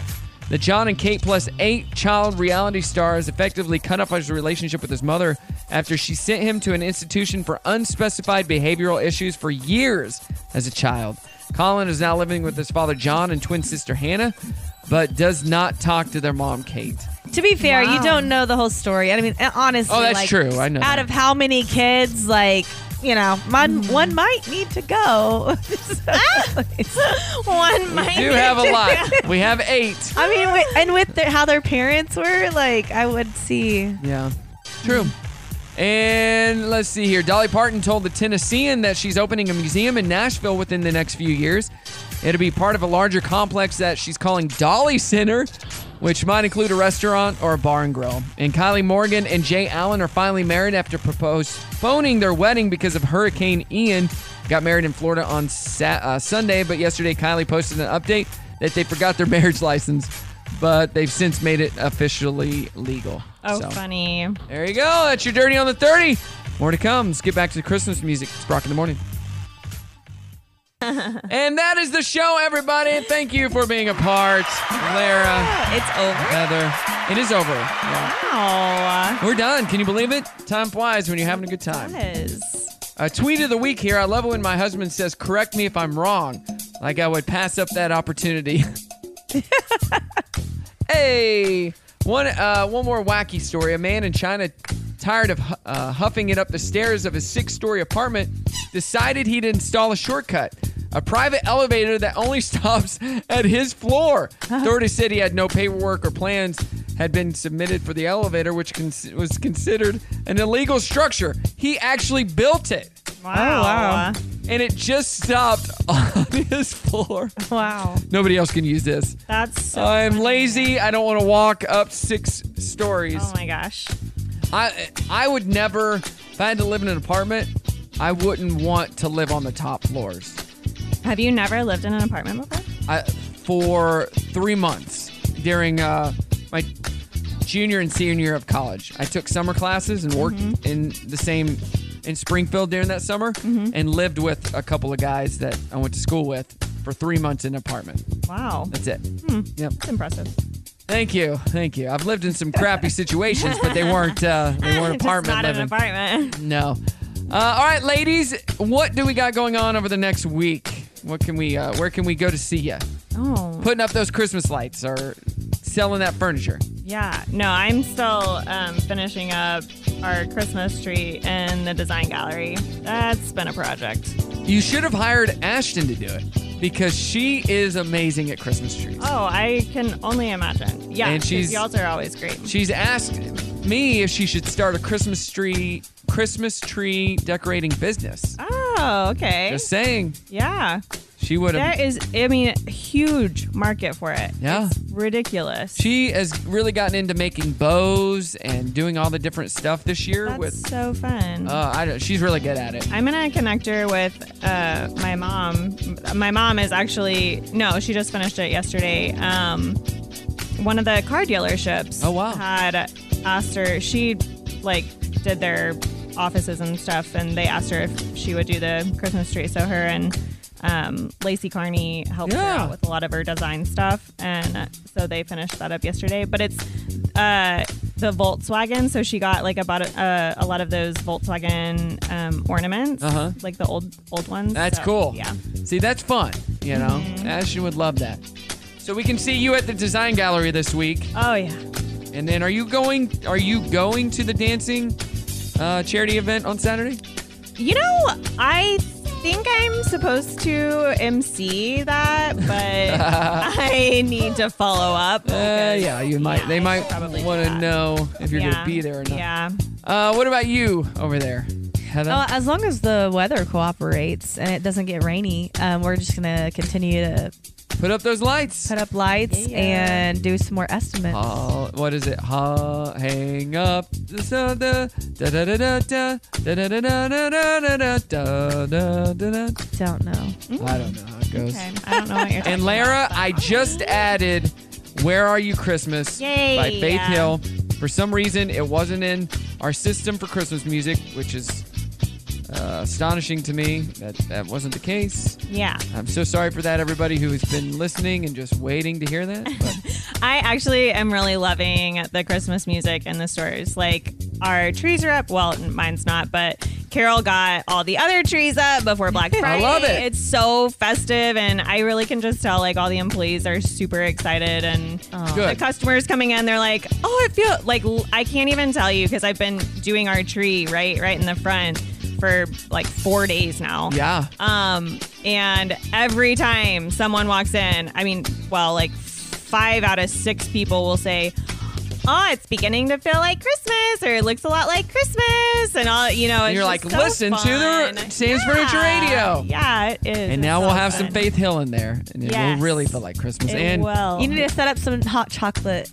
S1: The John and Kate plus eight child reality star has effectively cut off his relationship with his mother after she sent him to an institution for unspecified behavioral issues for years as a child. Colin is now living with his father John and twin sister Hannah, but does not talk to their mom Kate.
S6: To be fair,
S5: Wow.
S6: you don't know the whole story. I mean, eh, honestly,
S1: Oh, that's
S6: like,
S1: true. I know
S6: Out
S1: that.
S6: of how many kids, like you know, one, one might need to go. Ah!
S5: one
S1: We do have a lot. We have eight.
S6: I mean, wi- and with their, how their parents were, like I would see.
S1: Yeah, true. And let's see here. Dolly Parton told the Tennessean that she's opening a museum in Nashville within the next few years. It'll be part of a larger complex that she's calling Dolly Center, which might include a restaurant or a bar and grill. And Kylie Morgan and Jay Allen are finally married after postponing their wedding because of Hurricane Ian. Got married in Florida on Sa- uh, Sunday, but yesterday Kylie posted an update that they forgot their marriage license, but they've since made it officially legal.
S5: Oh,
S1: So-
S5: funny.
S1: there you go. That's your dirty on the 30. More to come. Let's get back to the Christmas music. It's Brock in the morning. and that is the show, everybody. Thank you for being a part. Lara.
S5: It's over.
S1: Heather. It is over. Yeah.
S5: Wow.
S1: We're done. Can you believe it? Time flies when you're having a good time.
S5: Yes.
S1: A tweet of the week here. I love it when my husband says, correct me if I'm wrong. Like I would pass up that opportunity. Hey, one uh, one more wacky story. A man in China, tired of hu- uh, huffing it up the stairs of his six-story apartment, decided he'd install a shortcut. A private elevator that only stops at his floor. Authorities said he had no paperwork or plans had been submitted for the elevator, which cons- was considered an illegal structure. He actually built it.
S5: Wow. wow.
S1: And it just stopped on his floor.
S5: Wow. Uh,
S1: Nobody else can use this.
S5: That's so
S1: I'm lazy. I don't want to walk up six stories.
S5: Oh my gosh.
S1: I I would never if I had to live in an apartment, I wouldn't want to live on the top floors.
S5: Have you never lived in an apartment before?
S1: I, for 3 months during uh, my junior and senior year of college. I took summer classes and worked
S5: Mm-hmm.
S1: in the same in Springfield during that summer and lived with a couple of guys that I went to school with for 3 months in an apartment.
S5: Wow.
S1: That's it.
S5: Hmm.
S1: Yep.
S5: That's impressive.
S1: Thank you, thank you. I've lived in some crappy situations, but they weren't uh, they weren't
S5: Just
S1: apartment
S5: not
S1: living.
S5: an apartment.
S1: No. Uh, all right, ladies, what do we got going on over the next week? What can we? Uh, where can we go to see you?
S5: Oh.
S1: Putting up those Christmas lights or selling that furniture.
S5: Yeah, no, I'm still um, finishing up our Christmas tree in the design gallery. That's been a project.
S1: You should have hired Ashton to do it because she is amazing at Christmas trees.
S5: Oh, I can only imagine. Yeah,
S1: And she's-
S5: y'all are always great.
S1: She's asked me if she should start a Christmas tree Christmas tree decorating business.
S5: Oh, okay.
S1: Just saying,
S5: yeah,
S1: she would have.
S5: there is. I mean, huge market for it.
S1: yeah.
S5: Ridiculous.
S1: She has really gotten into making bows and doing all the different stuff this year
S5: That's
S1: with
S5: so fun.
S1: Uh, I don't, she's really good at it.
S5: I'm gonna connect her with uh, my mom. My mom is actually no, she just finished it yesterday. Um, one of the car dealerships.
S1: Oh, wow.
S5: Had asked her. She like did their offices and stuff, and they asked her if she would do the Christmas tree. So her and um, Lacey Carney helped her out with a lot of her design stuff, and so they finished that up yesterday. But it's uh, the Volkswagen, so she got like about uh, a lot of those Volkswagen um, ornaments,
S1: Uh-huh.
S5: like the old old ones.
S1: That's
S5: So,
S1: cool.
S5: Yeah. Mm-hmm.
S1: See, that's fun. You know, Ashton would love that. So we can see you at the design gallery this week.
S5: Oh yeah.
S1: And then, are you going? Are you going to the dancing uh, charity event on Saturday?
S5: You know, I think I'm supposed to MC that, but I need to follow up.
S1: Uh, yeah, you might. they might want to know if you're
S5: Yeah.
S1: going to be there or not.
S5: Yeah. Uh,
S1: Uh, what about you over there, Heather?
S6: Oh, as long as the weather cooperates and it doesn't get rainy, um, we're just gonna continue to
S1: Put up those lights.
S6: put up lights and do some more estimates.
S1: Hol- what is it? Ha, hang up. the so- the- da- da- da- da- da- da- da- da- da- da- da- da- da- da- da- da- da.
S6: Don't know.
S1: I don't know how it goes.
S5: Okay. I don't know what you're talking
S1: And Lara, I just added "Where Are You Christmas"
S5: Yay.
S1: by Faith
S5: Yeah.
S1: Hill. For some reason, it wasn't in our system for Christmas music, which is uh, astonishing to me. That that wasn't the case.
S5: Yeah.
S1: I'm so sorry for that, everybody who has been listening and just waiting to hear that. But
S5: I actually am really loving the Christmas music in the stores. Like our trees are up. Well, mine's not, but Carol got all the other trees up before Black Friday.
S1: love it.
S5: It's so festive, and I really can just tell like all the employees are super excited, and
S1: Good.
S5: the customers coming in, they're like, "Oh, I feel like l- I can't even tell you because I've been doing our tree right, right in the front." For like four days now.
S1: yeah.
S5: Um, and every time someone walks in, I mean, well, like five out of six people will say, "Oh, it's beginning to feel like Christmas," or "It looks a lot like Christmas," and all you know.
S1: And
S5: It's
S1: you're like,
S5: just so
S1: listen to the
S5: fun."
S1: Sam's
S5: Yeah.
S1: Furniture Radio.
S5: Yeah, it is.
S1: And now
S5: It's
S1: we'll
S5: so
S1: have
S5: fun.
S1: some Faith Hill in there, and it
S5: Yes.
S1: will really feel like Christmas.
S5: It
S1: and
S5: will.
S6: You need to set up some hot chocolate.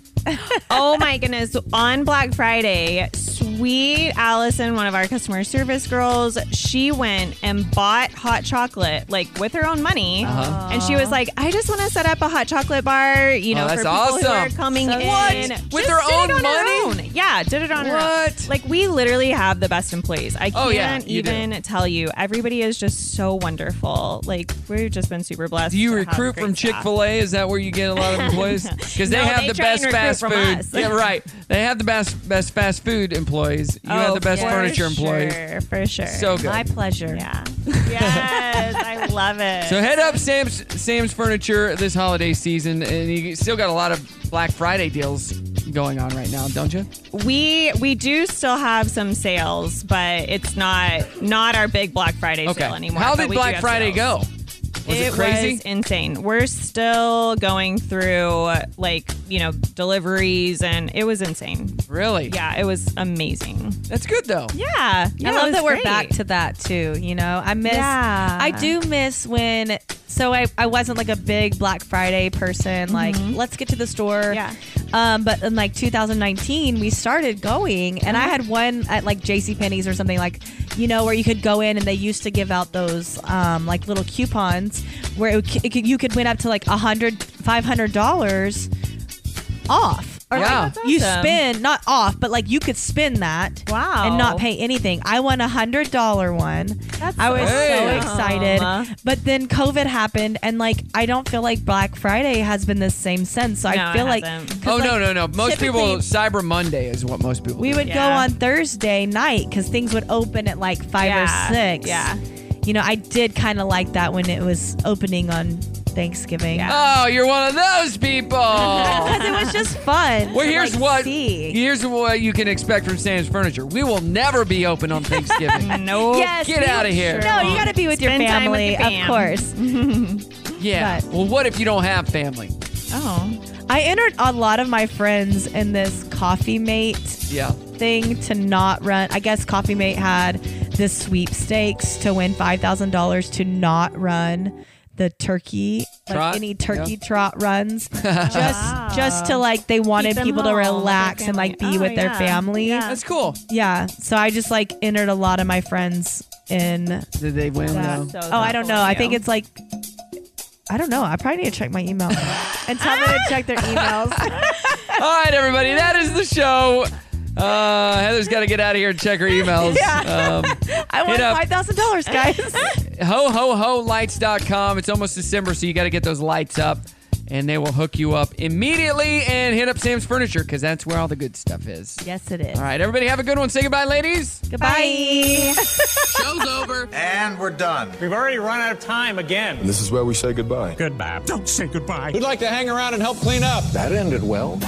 S5: oh my goodness. On Black Friday, sweet Allison, one of our customer service girls, she went and bought hot chocolate, like with her own money.
S1: Uh-huh.
S5: And she was like, I just want to set up a hot chocolate bar, you know,
S1: Oh,
S5: for
S1: that's
S5: people who are
S1: awesome.
S5: coming
S1: So
S5: in.
S1: What?
S5: Just
S1: With her
S5: did it
S1: own
S5: on her
S1: money?
S5: own. Yeah, did it on her
S1: What?
S5: own. Like, we literally have the best employees. I can't
S1: Oh, yeah, you do.
S5: even tell you. Everybody is just so wonderful. Like, we've just been super blessed.
S1: Do you
S5: to have
S1: recruit
S5: great
S1: from Chick
S5: staff.
S1: Fil A? Is that where you get a lot of employees? Because they
S5: No,
S1: have
S5: they
S1: the
S5: try and
S1: best
S5: recruit
S1: fast
S5: from
S1: food.
S5: us.
S1: Yeah, right. They have the best best fast food employees. You have the best
S5: Oh, for
S1: furniture employees.
S5: Sure, for sure.
S1: So good. My
S6: pleasure.
S5: Yeah. Yes, I love it.
S1: So head up Sam's Sam's Furniture this holiday season, and you still got a lot of Black Friday deals going on right now, don't you?
S5: We we do still have some sales, but it's not not our big Black Friday
S1: Okay.
S5: sale anymore.
S1: How
S5: but
S1: did
S5: we do
S1: Black
S5: have
S1: Friday
S5: sales.
S1: go? Was it crazy?
S5: was insane. We're still going through like you know deliveries, and it was insane.
S1: Really?
S5: Yeah, it was amazing.
S1: That's good though.
S5: Yeah, yeah,
S6: I
S5: it
S6: love
S5: was
S6: that we're
S5: great.
S6: back to that too. You know, I miss.
S5: Yeah.
S6: I do miss when. So I, I wasn't like a big Black Friday person. Like let's get to the store. Mm-hmm. Yeah. Um, but in like 2019, we started going, and I had one at like J.C. Penney's or something like, you know, where you could go in and they used to give out those um, like little coupons where it, would- it could, you could win up to like a hundred, five hundred dollars off. Or
S5: Yeah.
S6: like you
S5: That's awesome.
S6: spend not off, but like you could spend that. Wow. And not pay anything. I won a hundred dollar one. That's I was
S5: awesome.
S6: so excited. But then COVID happened and like I don't feel like Black Friday has been the same since. So
S1: No,
S6: I
S1: it
S6: feel like
S1: hasn't.
S6: 'cause,
S1: Oh no,
S6: like,
S1: no, no. Most people
S6: typically-
S1: Cyber Monday is what most people
S6: we
S1: do.
S6: would go on Thursday night because things would open at like five
S5: Yeah,
S6: or six.
S5: yeah.
S6: You know, I did kind of like that when it was opening on Thanksgiving.
S1: Oh, you're one of those people.
S6: Because it was just fun.
S1: Well,
S6: to,
S1: here's
S6: like,
S1: what
S6: see.
S1: here's what you can expect from Sam's Furniture. We will never be open on
S6: Mm,
S1: Thanksgiving.
S5: no.
S6: Yes,
S1: Get
S6: we-
S1: out of here.
S6: No, you got to be with
S5: Spend
S6: your
S5: time with
S6: family,
S5: your fam.
S6: of course.
S1: Yeah. Well, what if you don't have family?
S5: Oh,
S6: I entered a lot of my friends in this coffee mate
S1: Yeah.
S6: thing to not run. I guess coffee mate had the sweepstakes to win five thousand dollars to not run the turkey like
S5: Trot?
S6: any turkey trot runs just
S1: Ah.
S6: just to like they wanted
S5: them
S6: people to
S5: home with their
S6: relax and like be
S5: family. Oh,
S6: with their
S5: yeah.
S6: family
S5: Yeah. That's
S1: cool
S6: yeah so i just like entered a lot of my friends in
S1: Did they win?
S6: that.
S1: though?
S6: oh i don't
S5: thoughtful
S6: know
S5: of
S6: i
S5: you.
S6: think it's like i don't know i probably need to check my email and tell them to check their emails
S1: All right, everybody, that is the show. Uh, Heather's got to get out of here and check her emails.
S6: Yeah.
S1: Um,
S6: I won
S1: hit up
S6: five thousand dollars, guys.
S1: ho ho ho lights.com. It's almost December, so you got to get those lights up, and they will hook you up immediately. And hit up Sam's Furniture because that's where all the good stuff is.
S6: yes, it is.
S1: All right, everybody, have a good one. Say goodbye, ladies.
S6: Goodbye.
S12: Show's over. And we're done. We've already run out of time again.
S13: And this is where we say goodbye. Goodbye.
S12: Don't say goodbye. We'd like to hang around and help clean up.
S13: That ended well.